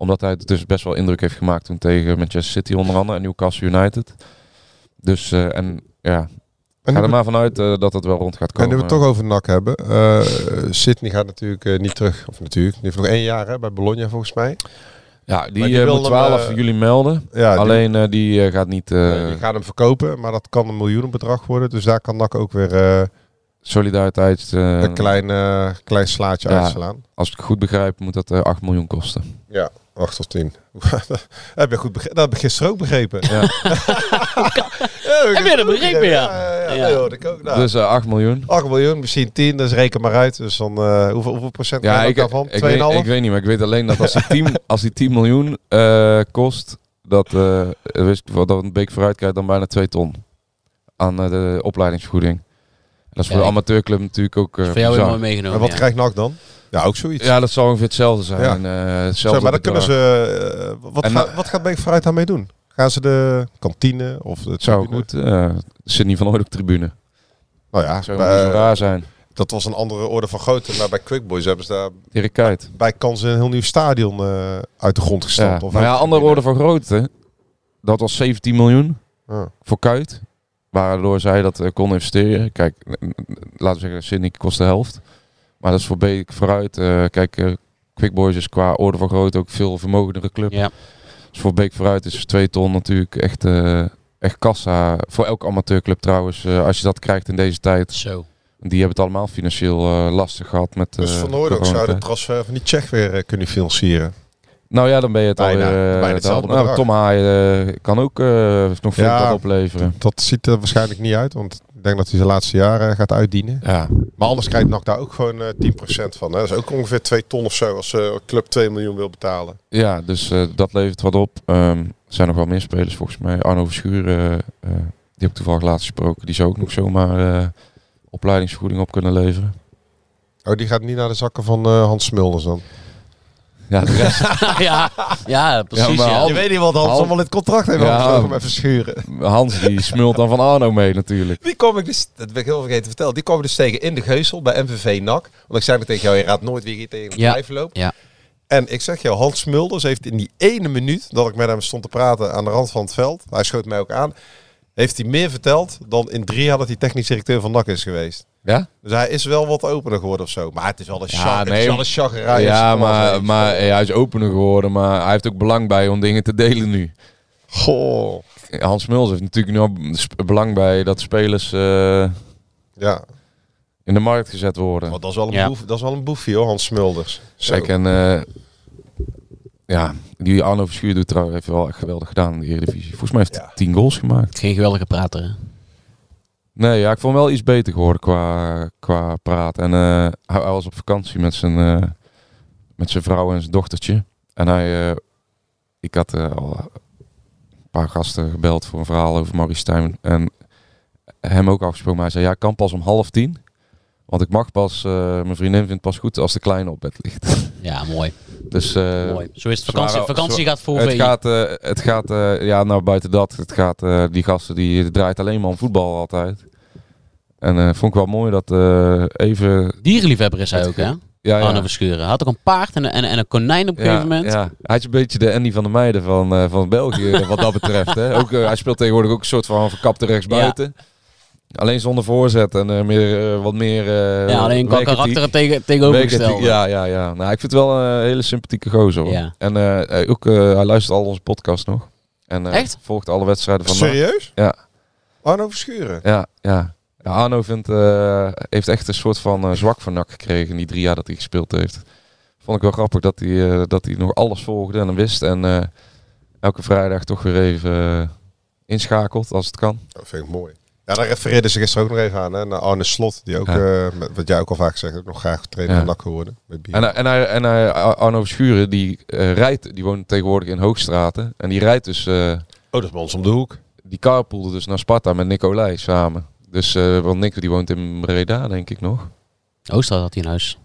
H: Omdat hij dus best wel indruk heeft gemaakt toen tegen Manchester City onder andere. En Newcastle United. Dus eh, en ja,
I: En
H: ga
I: nu,
H: er maar vanuit eh, dat het wel rond gaat
I: en
H: komen.
I: nu we het toch over NAC hebben. eh, Sydney gaat natuurlijk eh, niet terug. Of natuurlijk, die heeft nog één jaar hè, bij Bologna volgens mij.
H: Ja, die,
I: Maar die
H: eh,
I: wil
H: moet
I: hem,
H: 12
I: eh,
H: juli melden.
I: Ja, die-
H: Alleen eh, die eh, gaat niet... eh,
I: eh, die gaan hem verkopen, maar dat kan een miljoenenbedrag worden. Dus daar kan NAC ook weer eh,
H: solidariteit... eh,
I: een klein, eh, klein slaatje
H: ja.
I: uitslaan.
H: Als ik het goed begrijp moet dat eh, 8 miljoen kosten.
I: Ja, 8 tot 10. [laughs] heb je goed begrepen? Dat heb ik gisteren ook begrepen. [laughs]
H: Ja.
I: heb
G: Heb je dat begrepen, ja?
I: Ja, ja,
G: Ja.
I: dat hoorde ik ook. Nou,
H: Dus eh 8 miljoen.
I: 8 miljoen, misschien 10, dus reken maar uit. Dus dan, eh, hoeveel, hoeveel procent ja,
H: Ja,
I: krijg
H: ik,
I: ik daarvan? 2,5?
H: ik, weet, ik weet niet, maar ik weet alleen dat als die 10,
I: [laughs]
H: als die 10 miljoen eh, kost, dat, eh wist ik wel, dat een beek vooruit krijgt dan bijna 2 ton aan eh, de opleidingsvergoeding. Dat is voor
G: Ja,
H: de
G: ik-
H: amateurclub natuurlijk ook
G: Voor
H: eh,
G: jou
H: bizar.
G: helemaal
I: En
G: meegenomen.
I: wat
G: ja.
I: krijgt NAC dan? Ja, ook zoiets.
H: Ja, dat zou ongeveer hetzelfde zijn.
I: Ja.
H: eh, hetzelfde
I: Zeg, maar dan
H: bedrag.
I: kunnen ze... eh, wat,
H: En
I: ga-
H: dan-
I: wat gaat Beek vooruit daarmee doen? Gaan ze de kantine of de
H: Het zou
I: tribune?
H: goed. eh Sidney van Ooit op tribune.
I: Nou ja,
H: Dat zou
I: bij-
H: niet zo raar zijn.
I: dat was een andere orde van grootte. Maar bij Quick Boys hebben ze daar
H: Dirk Kuyt.
I: bij kans een heel nieuw stadion eh, uit de grond gestampt.
H: Ja.
I: Of
H: Maar
I: uit
H: ja,
I: de
H: andere orde
I: tribune.
H: van grootte. Dat was 17 miljoen.
I: Ja.
H: voor Kuit. Waardoor zij dat eh, kon investeren. Kijk, n- n- laten we zeggen, Sydney kost de helft. Maar dat is voor Beek vooruit. Eh, kijk, eh Quick Boys is qua orde van grootte ook veel vermogendere club.
G: Ja.
H: Dus voor Beek vooruit is 2 ton natuurlijk echt, eh, echt kassa. Voor elke amateurclub trouwens. eh, als je dat krijgt in deze tijd.
G: Zo. [laughs]
H: Die hebben het allemaal financieel eh, lastig gehad. Met,
I: Dus
H: eh,
I: Van Hooydonk
H: corona.
I: zou de transfer van die Tsjech weer eh, kunnen financieren.
H: Nou ja, dan ben je het
I: Bijna.
H: alweer... eh,
I: Bijna hetzelfde
H: nou,
I: bedrag.
H: Tom Haaien eh, kan ook eh, nog veel
I: Ja.
H: wat opleveren.
I: Dat ziet er waarschijnlijk niet uit, want ik denk dat hij zijn laatste jaren eh, gaat uitdienen.
H: Ja,
I: Maar anders krijgt NAC daar ook gewoon eh, 10% van. Hè. Dat is ook ongeveer 2 ton of zo als eh club 2 miljoen wil betalen.
H: Ja, dus eh, dat levert wat op. Ehm, er zijn nog wel meer spelers volgens mij. Arno Verschuren, eh, eh, die heb ik toevallig laatst gesproken. Die zou ook nog zomaar eh, opleidingsvergoeding op kunnen leveren.
I: Oh, die gaat niet naar de zakken van eh, Hans Smulders dan.
H: Ja, de rest, [laughs]
G: ja, ja, precies.
H: maar
G: Ja,
H: al- Je weet
I: niet wat
H: Hans allemaal
I: in het contract heeft.
H: Ja. anders mogen we
I: even schuren.
H: Hans die smult dan van Arno mee natuurlijk.
J: Die kwam ik dus, dat ben ik heel vergeten te vertellen, die kwam ik dus tegen in de Geusel bij MVV NAC. Want ik zei nog tegen jou, je raadt nooit wie hier tegen de
G: Ja.
J: lijf loopt.
G: Ja.
I: En ik zeg jou, Hans Smulders heeft in die ene minuut dat ik met hem stond te praten aan de rand van het veld, hij schoot mij ook aan, heeft hij meer verteld dan in drie jaar dat hij technisch directeur van NAC is geweest.
H: Ja?
I: Dus hij is wel wat opener geworden of zo. Maar het is wel een, chag- het is
H: nee.
I: wel een chagrijn.
H: ja, maar, maar eh, hij is opener geworden, maar hij heeft ook belang bij om dingen te delen nu.
I: Goh.
H: Hans Muls heeft natuurlijk nu al sp- belang bij dat spelers eh,
I: Ja,
H: in de markt gezet worden.
I: want dat is wel een,
G: Ja.
I: boef, dat is wel een boefje hoor, Hans Smulders. Zo.
H: Kijk, en eh, ja, die Arno Verschuur doet trouwens heeft wel echt geweldig gedaan in de Eredivisie. Volgens mij heeft hij 10 goals gemaakt.
G: Geen geweldige prater. hè?
H: Nee, ja, ik vond hem wel iets beter geworden qua, qua praat. En eh, hij, hij was op vakantie met zijn, eh, met zijn vrouw en zijn dochtertje. En hij, eh, ik had eh, al een paar gasten gebeld voor een verhaal over Maurice Stijn. En hem ook afgesproken. Maar hij zei, ja, ik kan pas om half tien. Want ik mag pas, eh, mijn vriendin vindt pas goed als de kleine op bed ligt. [laughs]
G: Ja, mooi.
H: Dus, eh,
G: Mooi. Zo is het.
H: ze
G: Vakantie-
H: waren-
G: vakantie
H: ze-
G: gaat voor
H: Het
G: VI.
H: gaat, eh, het gaat eh, ja, nou buiten dat. Het gaat, eh, die gasten die draait alleen maar om voetbal altijd. En eh, vond ik wel mooi dat eh, even...
G: Dierenliefhebber is hij ook, hè?
H: Ja, ja.
G: Arno Verschuren. Hij had ook een paard en een, en, en een konijn op een gegeven moment.
H: Ja. Hij is een beetje de Andy van de Meijden van, eh, van
G: [laughs]
H: België wat dat betreft. Hè. Ook, eh, hij speelt tegenwoordig ook een soort van verkapte rechtsbuiten. Alleen zonder voorzet en eh, meer, eh, wat meer... eh,
G: Ja, alleen qua
H: werkethiek.
G: karakter tegen, tegenovergesteld.
H: Werkethiek, Ja, ja, ja. Nou, ik vind het wel een hele sympathieke gozer. Hoor.
G: Ja.
H: En eh, hij ook, eh, hij luistert al onze podcast nog. En, eh,
G: Echt?
H: Volgt alle wedstrijden van
I: Serieus?
H: Ja,
I: Arno Verschuren.
H: ja, ja. ja Arno vindt, eh, heeft echt een soort van eh, zwak van nak gekregen in die drie jaar dat hij gespeeld heeft. Vond ik wel grappig dat hij, eh, dat hij nog alles volgde en hem wist. En eh, elke vrijdag toch weer even eh, inschakelt als het kan.
I: Dat vind ik mooi. Ja, daar refereerde ze gisteren ook nog even aan. Hè, naar Arne Slot, die ook, eh, met- wat jij ook al vaak zegt, ook nog graag trainer
H: Ja.
I: van NAC geworden. Met bier.
H: En, hij- en, hij- en hij- Arno Verschuren, die eh, rijdt, die woont tegenwoordig in Hoogstraten. En die rijdt dus... eh,
I: oh, dat is bij ons om de hoek.
H: die carpoolde dus naar Sparta met Nicolai samen. Dus, eh, want Nico die woont in Breda, denk ik nog.
G: Oosterhout had hij in huis.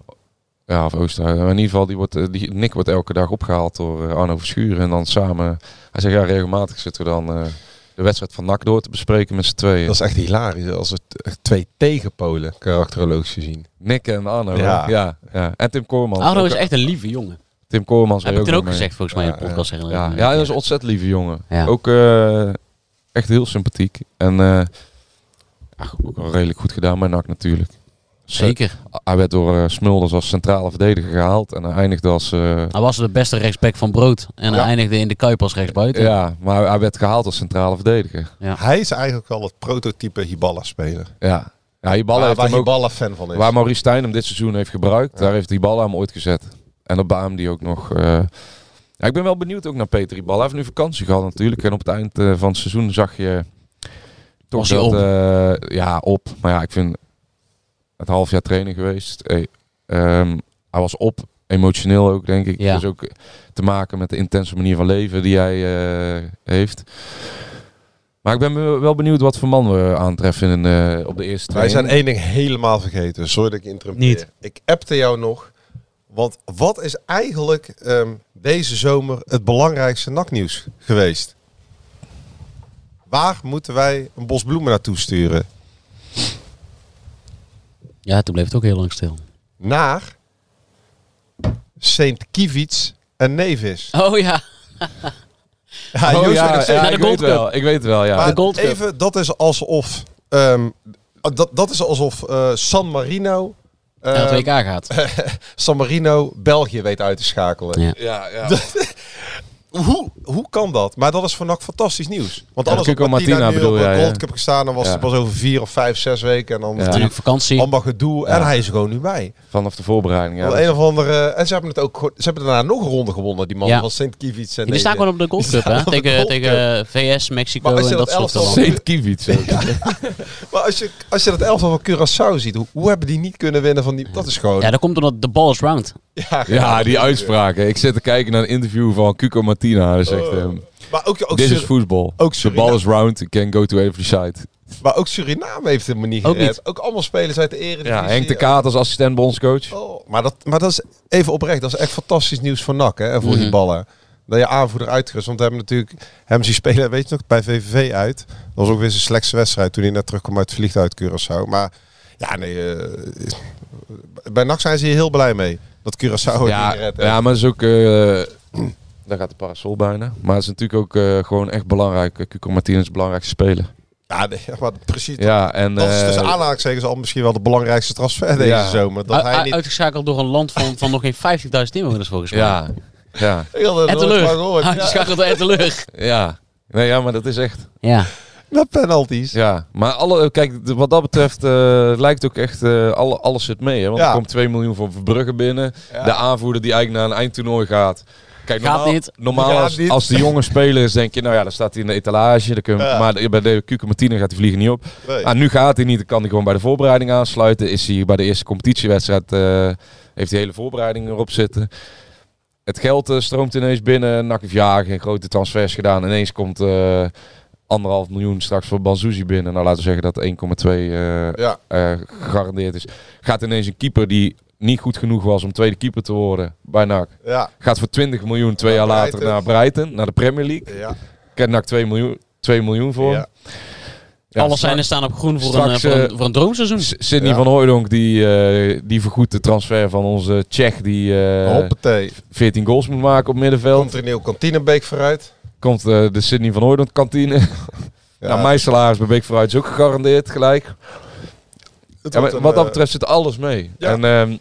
H: Ja, of Oosterhuis. Maar In ieder geval, die wordt, eh, die, Nick wordt elke dag opgehaald door eh, Arno Verschuren. En dan samen, hij zegt ja, regelmatig zitten we dan eh, de wedstrijd van NAC door te bespreken met z'n tweeën.
I: Dat is echt hilarisch als het echt twee tegenpolen karakterologisch gezien.
H: Nick en Arno.
I: Ja.
H: Ja. Ja, En Tim Koormans.
G: Arno
H: Ook,
G: is
H: eh,
G: echt een lieve jongen.
H: Tim Koormans
G: Heb
H: weer
G: ik toen ook
H: nog mee.
G: gezegd, volgens mij, in de podcast. herinner ik
H: Ja,
G: me.
H: ja, dat is een ontzettend lieve jongen.
G: Ja.
H: Ook eh, echt heel sympathiek. En eh, ja, ook wel redelijk goed gedaan bij NAC natuurlijk. Dus, eh,
G: Zeker.
H: Hij werd door eh, Smulders als centrale verdediger gehaald. En hij eindigde als... eh,
G: Hij was de beste rechtsback van Brood. En hij eindigde in de Kuip als rechtsbuiten.
H: ja, maar hij werd gehaald als centrale verdediger.
I: Hij is eigenlijk wel het prototype Hiballa-speler.
H: Ja. Ja, die ballen
I: Waar,
H: heeft
I: waar
H: hem ook,
I: Hiballa-fan van is.
H: waar Maurice Stijn hem dit seizoen heeft gebruikt, daar heeft die ballen hem ooit gezet. En op Baam die ook nog. eh, ja, ik ben wel benieuwd ook naar Peter Ibal. Hij heeft nu vakantie gehad natuurlijk. En op het eind eh, van het seizoen zag je toch
G: Was hij
H: dat...
G: op?
H: eh, ja, op. Maar ja, ik vind het half jaar training geweest. eh, ehm, hij was op. Emotioneel ook, denk ik.
G: Ja.
H: Dus ook te maken met de intense manier van leven die hij eh, heeft. Maar ik ben be- wel benieuwd wat voor man we aantreffen in, eh, op de eerste
I: Wij zijn
H: training.
I: één ding helemaal vergeten. Sorry dat ik je interrompeer.
C: Niet.
I: Ik appte jou nog. Want wat is eigenlijk ehm, deze zomer het belangrijkste naknieuws geweest? Waar moeten wij een bos bloemen naartoe sturen?
G: Ja, toen bleef het ook heel lang stil.
I: Naar Sint Kievits en Nevis.
G: Oh ja.
I: Ja,
H: Oh,
I: Ah, Joost,
H: ja,
I: wat ik zeg,
H: ja,
G: Naar de
H: ik
G: Gold
H: weet
G: Cup.
H: wel. Ik weet wel, ja.
I: maar
G: de Gold Cup.
I: even, dat is alsof, ehm, dat, dat is alsof eh, San Marino,
G: Naar het
I: ehm,
G: WK [laughs] gaat.
I: San Marino België weet uit te schakelen.
G: Ja.
H: Ja, ja.
I: [laughs] Hoe, hoe kan dat? Maar dat is voor NAC fantastisch nieuws. Want
H: Ja,
I: alles
H: Cuco
I: wat Martina,
H: Martina
I: nu
H: bedoel
I: op de
H: jij,
I: Gold
H: hè?
I: Cup gestaan, dan was
H: Ja.
I: het pas over vier of vijf, zes weken. En dan
H: Ja.
G: En
I: natuurlijk
G: op vakantie.
I: allemaal gedoe. En hij is er gewoon nu bij.
H: Vanaf de voorbereiding, ja.
I: Want een of andere, eh, en ze hebben het ook, gewoon- ze hebben daarna nog een ronde gewonnen, die man
G: Ja.
I: van Sint Kievits. En
G: Die staan
I: Nederland.
G: gewoon op de Gold Cup,
I: Ja,
G: hè?
I: op de
G: Tegen,
I: Gold
G: tegen VS, Mexico
I: Maar als
G: en
I: je
G: dat
I: dat
G: soort
I: elftal-
G: landen.
H: Sint
I: [laughs]
H: Kievits. ook.
I: Maar als je, als je dat elftal van Curaçao ziet, hoe, hoe hebben die niet kunnen winnen van die... Dat is gewoon...
G: Ja, dat komt omdat de ball is round.
I: ja,
H: Ja, die uitspraken. Ik zit te kijken naar een interview van Cuco Martina. Hij zegt, ehm,
I: Maar Oh. ook, ook,
H: dit is
I: Sur-
H: voetbal.
I: ook
H: De
I: Suriname.
H: bal is round, it can go to every side.
I: maar ook Suriname heeft hem niet
G: Ook
I: gered. Ook, allemaal spelers uit de eredivisie.
H: Ja, Henk de Kaat als assistent bondscoach.
I: Oh, maar, dat, maar dat is even oprecht. Dat is echt fantastisch nieuws voor NAC hè, en voor
H: Mhm.
I: die ballen. Dat je aanvoerder uitgerust. Want we hebben natuurlijk hem zien spelen, weet je nog, bij VVV uit. Dat was ook weer zijn slechtste wedstrijd toen hij net terugkwam uit het vliegtuig uit Curaçao. Maar ja, nee, eh, bij NAC zijn ze hier heel blij mee. Dat Curaçao het
H: Ja,
I: niet redt.
H: ja, maar het is ook... eh, daar gaat de parasol bijna. Maar het is natuurlijk ook eh, gewoon echt belangrijk. Eh, Cuco Martina is de belangrijkste speler.
I: Ja, nee, [laughs] maar precies.
H: Ja, en...
I: Dat is
H: eh,
I: tussen aanhalingstekens al misschien wel de belangrijkste transfer deze
H: Ja. Ah,
I: zomer. Dat
G: U-
I: hij
G: u-
I: niet...
G: Uitgeschakeld door een land van, van nog geen 50.000 inwoners volgens mij.
H: ja, ja,
I: Ik had er nooit
G: Etteleur.
I: van
H: Ah,
I: gehoord.
G: Uitgeschakeld door Etteleur.
H: ja. Nee, ja, maar dat is echt...
G: Ja.
I: Met penalties.
H: Ja, maar alle, kijk, de- wat dat betreft eh, lijkt ook echt eh, alle, alles zit mee. Hè? Want
I: Ja.
H: er komt 2 miljoen voor Verbrugge binnen. De aanvoerder die eigenlijk naar een eindtoernooi gaat. Kijk,
G: Gaat
H: normaal,
G: niet.
H: normaal
G: Gaat
H: als,
G: niet.
H: als de jonge speler is, denk je, nou ja, dan staat hij in de etalage. Dan kun je,
G: Ja.
H: Maar bij de QQ Martina gaat hij vliegen niet op.
G: Nee.
H: Ah, nu gaat hij niet, dan kan hij gewoon bij de voorbereiding aansluiten. Is hij bij de eerste competitiewedstrijd, eh, heeft hij hele voorbereiding erop zitten. Het geld eh, stroomt ineens binnen. Nak heeft jaren geen grote transfers gedaan. Ineens komt eh, anderhalf miljoen straks voor Banzuzi binnen. Nou, laten we zeggen dat 1,2 eh,
I: Ja.
H: eh, gegarandeerd is. Gaat ineens een keeper die niet goed genoeg was om tweede keeper te worden bij NAC.
I: Ja.
H: Gaat voor 20 miljoen twee jaar later
I: Brighton.
H: naar Brighton, naar de Premier League.
I: Ja.
H: Krijgt NAC 2 miljoen, 2 miljoen voor.
G: Ja. Alle seinen staan op groen voor een,
H: straks,
G: eh, voor een-
H: eh,
G: voor een droomseizoen.
H: S- Sidney
G: Ja.
H: van Hooydonk die, eh, die vergoedt de transfer van onze Tsjech die eh,
I: Hoppatee.
H: 14 goals moet maken op middenveld. Komt
I: er een nieuw kantinebeek vooruit.
H: Komt eh, de Sidney van Hooydonk kantine. [laughs] nou, mijn salaris bij Beek vooruit is ook gegarandeerd gelijk. Ja, maar
I: wordt een,
H: wat dat
I: eh,
H: betreft zit alles mee. En ehm,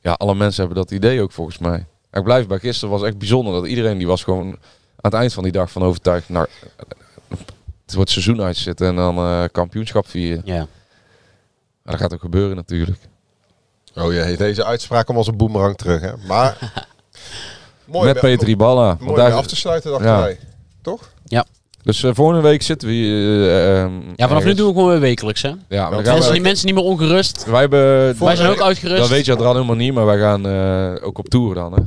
H: ja, alle mensen hebben dat idee ook volgens mij. Ik blijf bij gisteren was echt bijzonder dat iedereen die was gewoon aan het eind van die dag van overtuigd. Nou, het wordt seizoen uitzitten en dan eh, kampioenschap vieren.
G: Ja.
H: Maar dat gaat ook gebeuren natuurlijk.
I: Oh jee, deze uitspraak komt als een boemerang terug. Hè? Maar mooi
H: [laughs] Met
I: weer-
H: Peter Iballa. Want
I: Mooi
H: daar-
I: weer af te sluiten, dachten
H: Ja.
I: wij. Toch?
G: Ja.
H: Dus eh, volgende week zitten we hier. eh, ehm,
G: Ja, vanaf nu
H: ergens.
G: doen we gewoon weer wekelijks, hè?
H: Ja, maar dan gaan
G: mensen,
H: we-
G: die mensen niet meer ongerust.
H: Wij, hebben,
G: Wij zijn ook uitgerust.
H: Dan weet je het dan helemaal niet, maar wij gaan eh, ook op tour dan. Hè?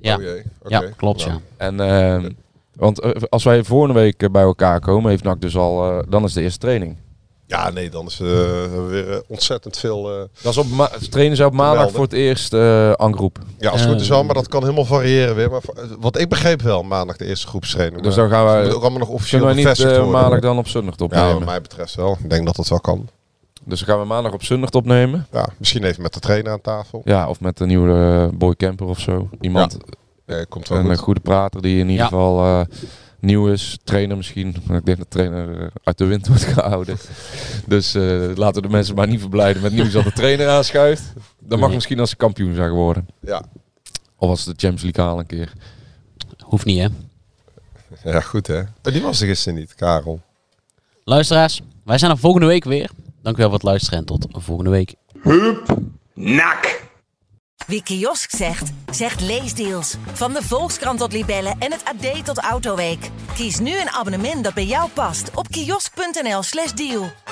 G: Ja. Oh jee, oké. Ja, klopt,
I: Nou.
G: ja.
H: En, ehm, want eh, als wij volgende week eh, bij elkaar komen, heeft NAC dus al, eh, dan is de eerste training.
I: Ja, nee, dan is eh, hebben we weer eh, ontzettend veel. eh,
H: Dat is op ma- trainen ze op
I: te
H: maandag
I: melden.
H: voor het eerst eh angroep.
I: Ja, als het goed is
G: Ehm.
I: wel, maar dat kan helemaal variëren weer. Maar va- wat ik begreep wel, maandag de eerste groepstraining.
H: Dus
I: Maar
H: dan gaan
I: het
H: wij-
I: moet ook allemaal nog officieel
H: kunnen wij niet,
I: bevestigd
H: eh,
I: worden.
H: maandag dan op zondag opnemen?
I: Ja, wat mij betreft wel. Ik denk dat dat wel kan.
H: Dus dan gaan we maandag op zondag opnemen.
I: Ja, misschien even met de trainer aan tafel.
H: Ja, of met een nieuwe eh, boy camper of zo. Iemand.
I: Ja. Ja, komt wel
H: een
I: goed.
H: eh, goede prater die in ieder
I: Ja.
H: geval eh, nieuw is. Trainer misschien. Maar Ik denk dat trainer eh, uit de wind wordt gehouden. dus eh, laten we de mensen maar niet verblijden met nieuws dat de trainer aanschuift. Dan mag
G: Nee.
H: misschien als ze kampioen zijn geworden.
I: Ja.
H: Of als de Champions League halen een keer.
G: Hoeft niet, hè?
I: Ja, goed hè. Oh, Die was er gisteren niet, Karel.
G: Luisteraars, wij zijn er volgende week weer. Dank u wel voor het luisteren en tot volgende week.
A: Hup, nak. Wie kiosk zegt, zegt leesdeals. Van de Volkskrant tot Libellen en het AD tot Autoweek. Kies nu een abonnement dat bij jou past op kiosk.nl/slash deal.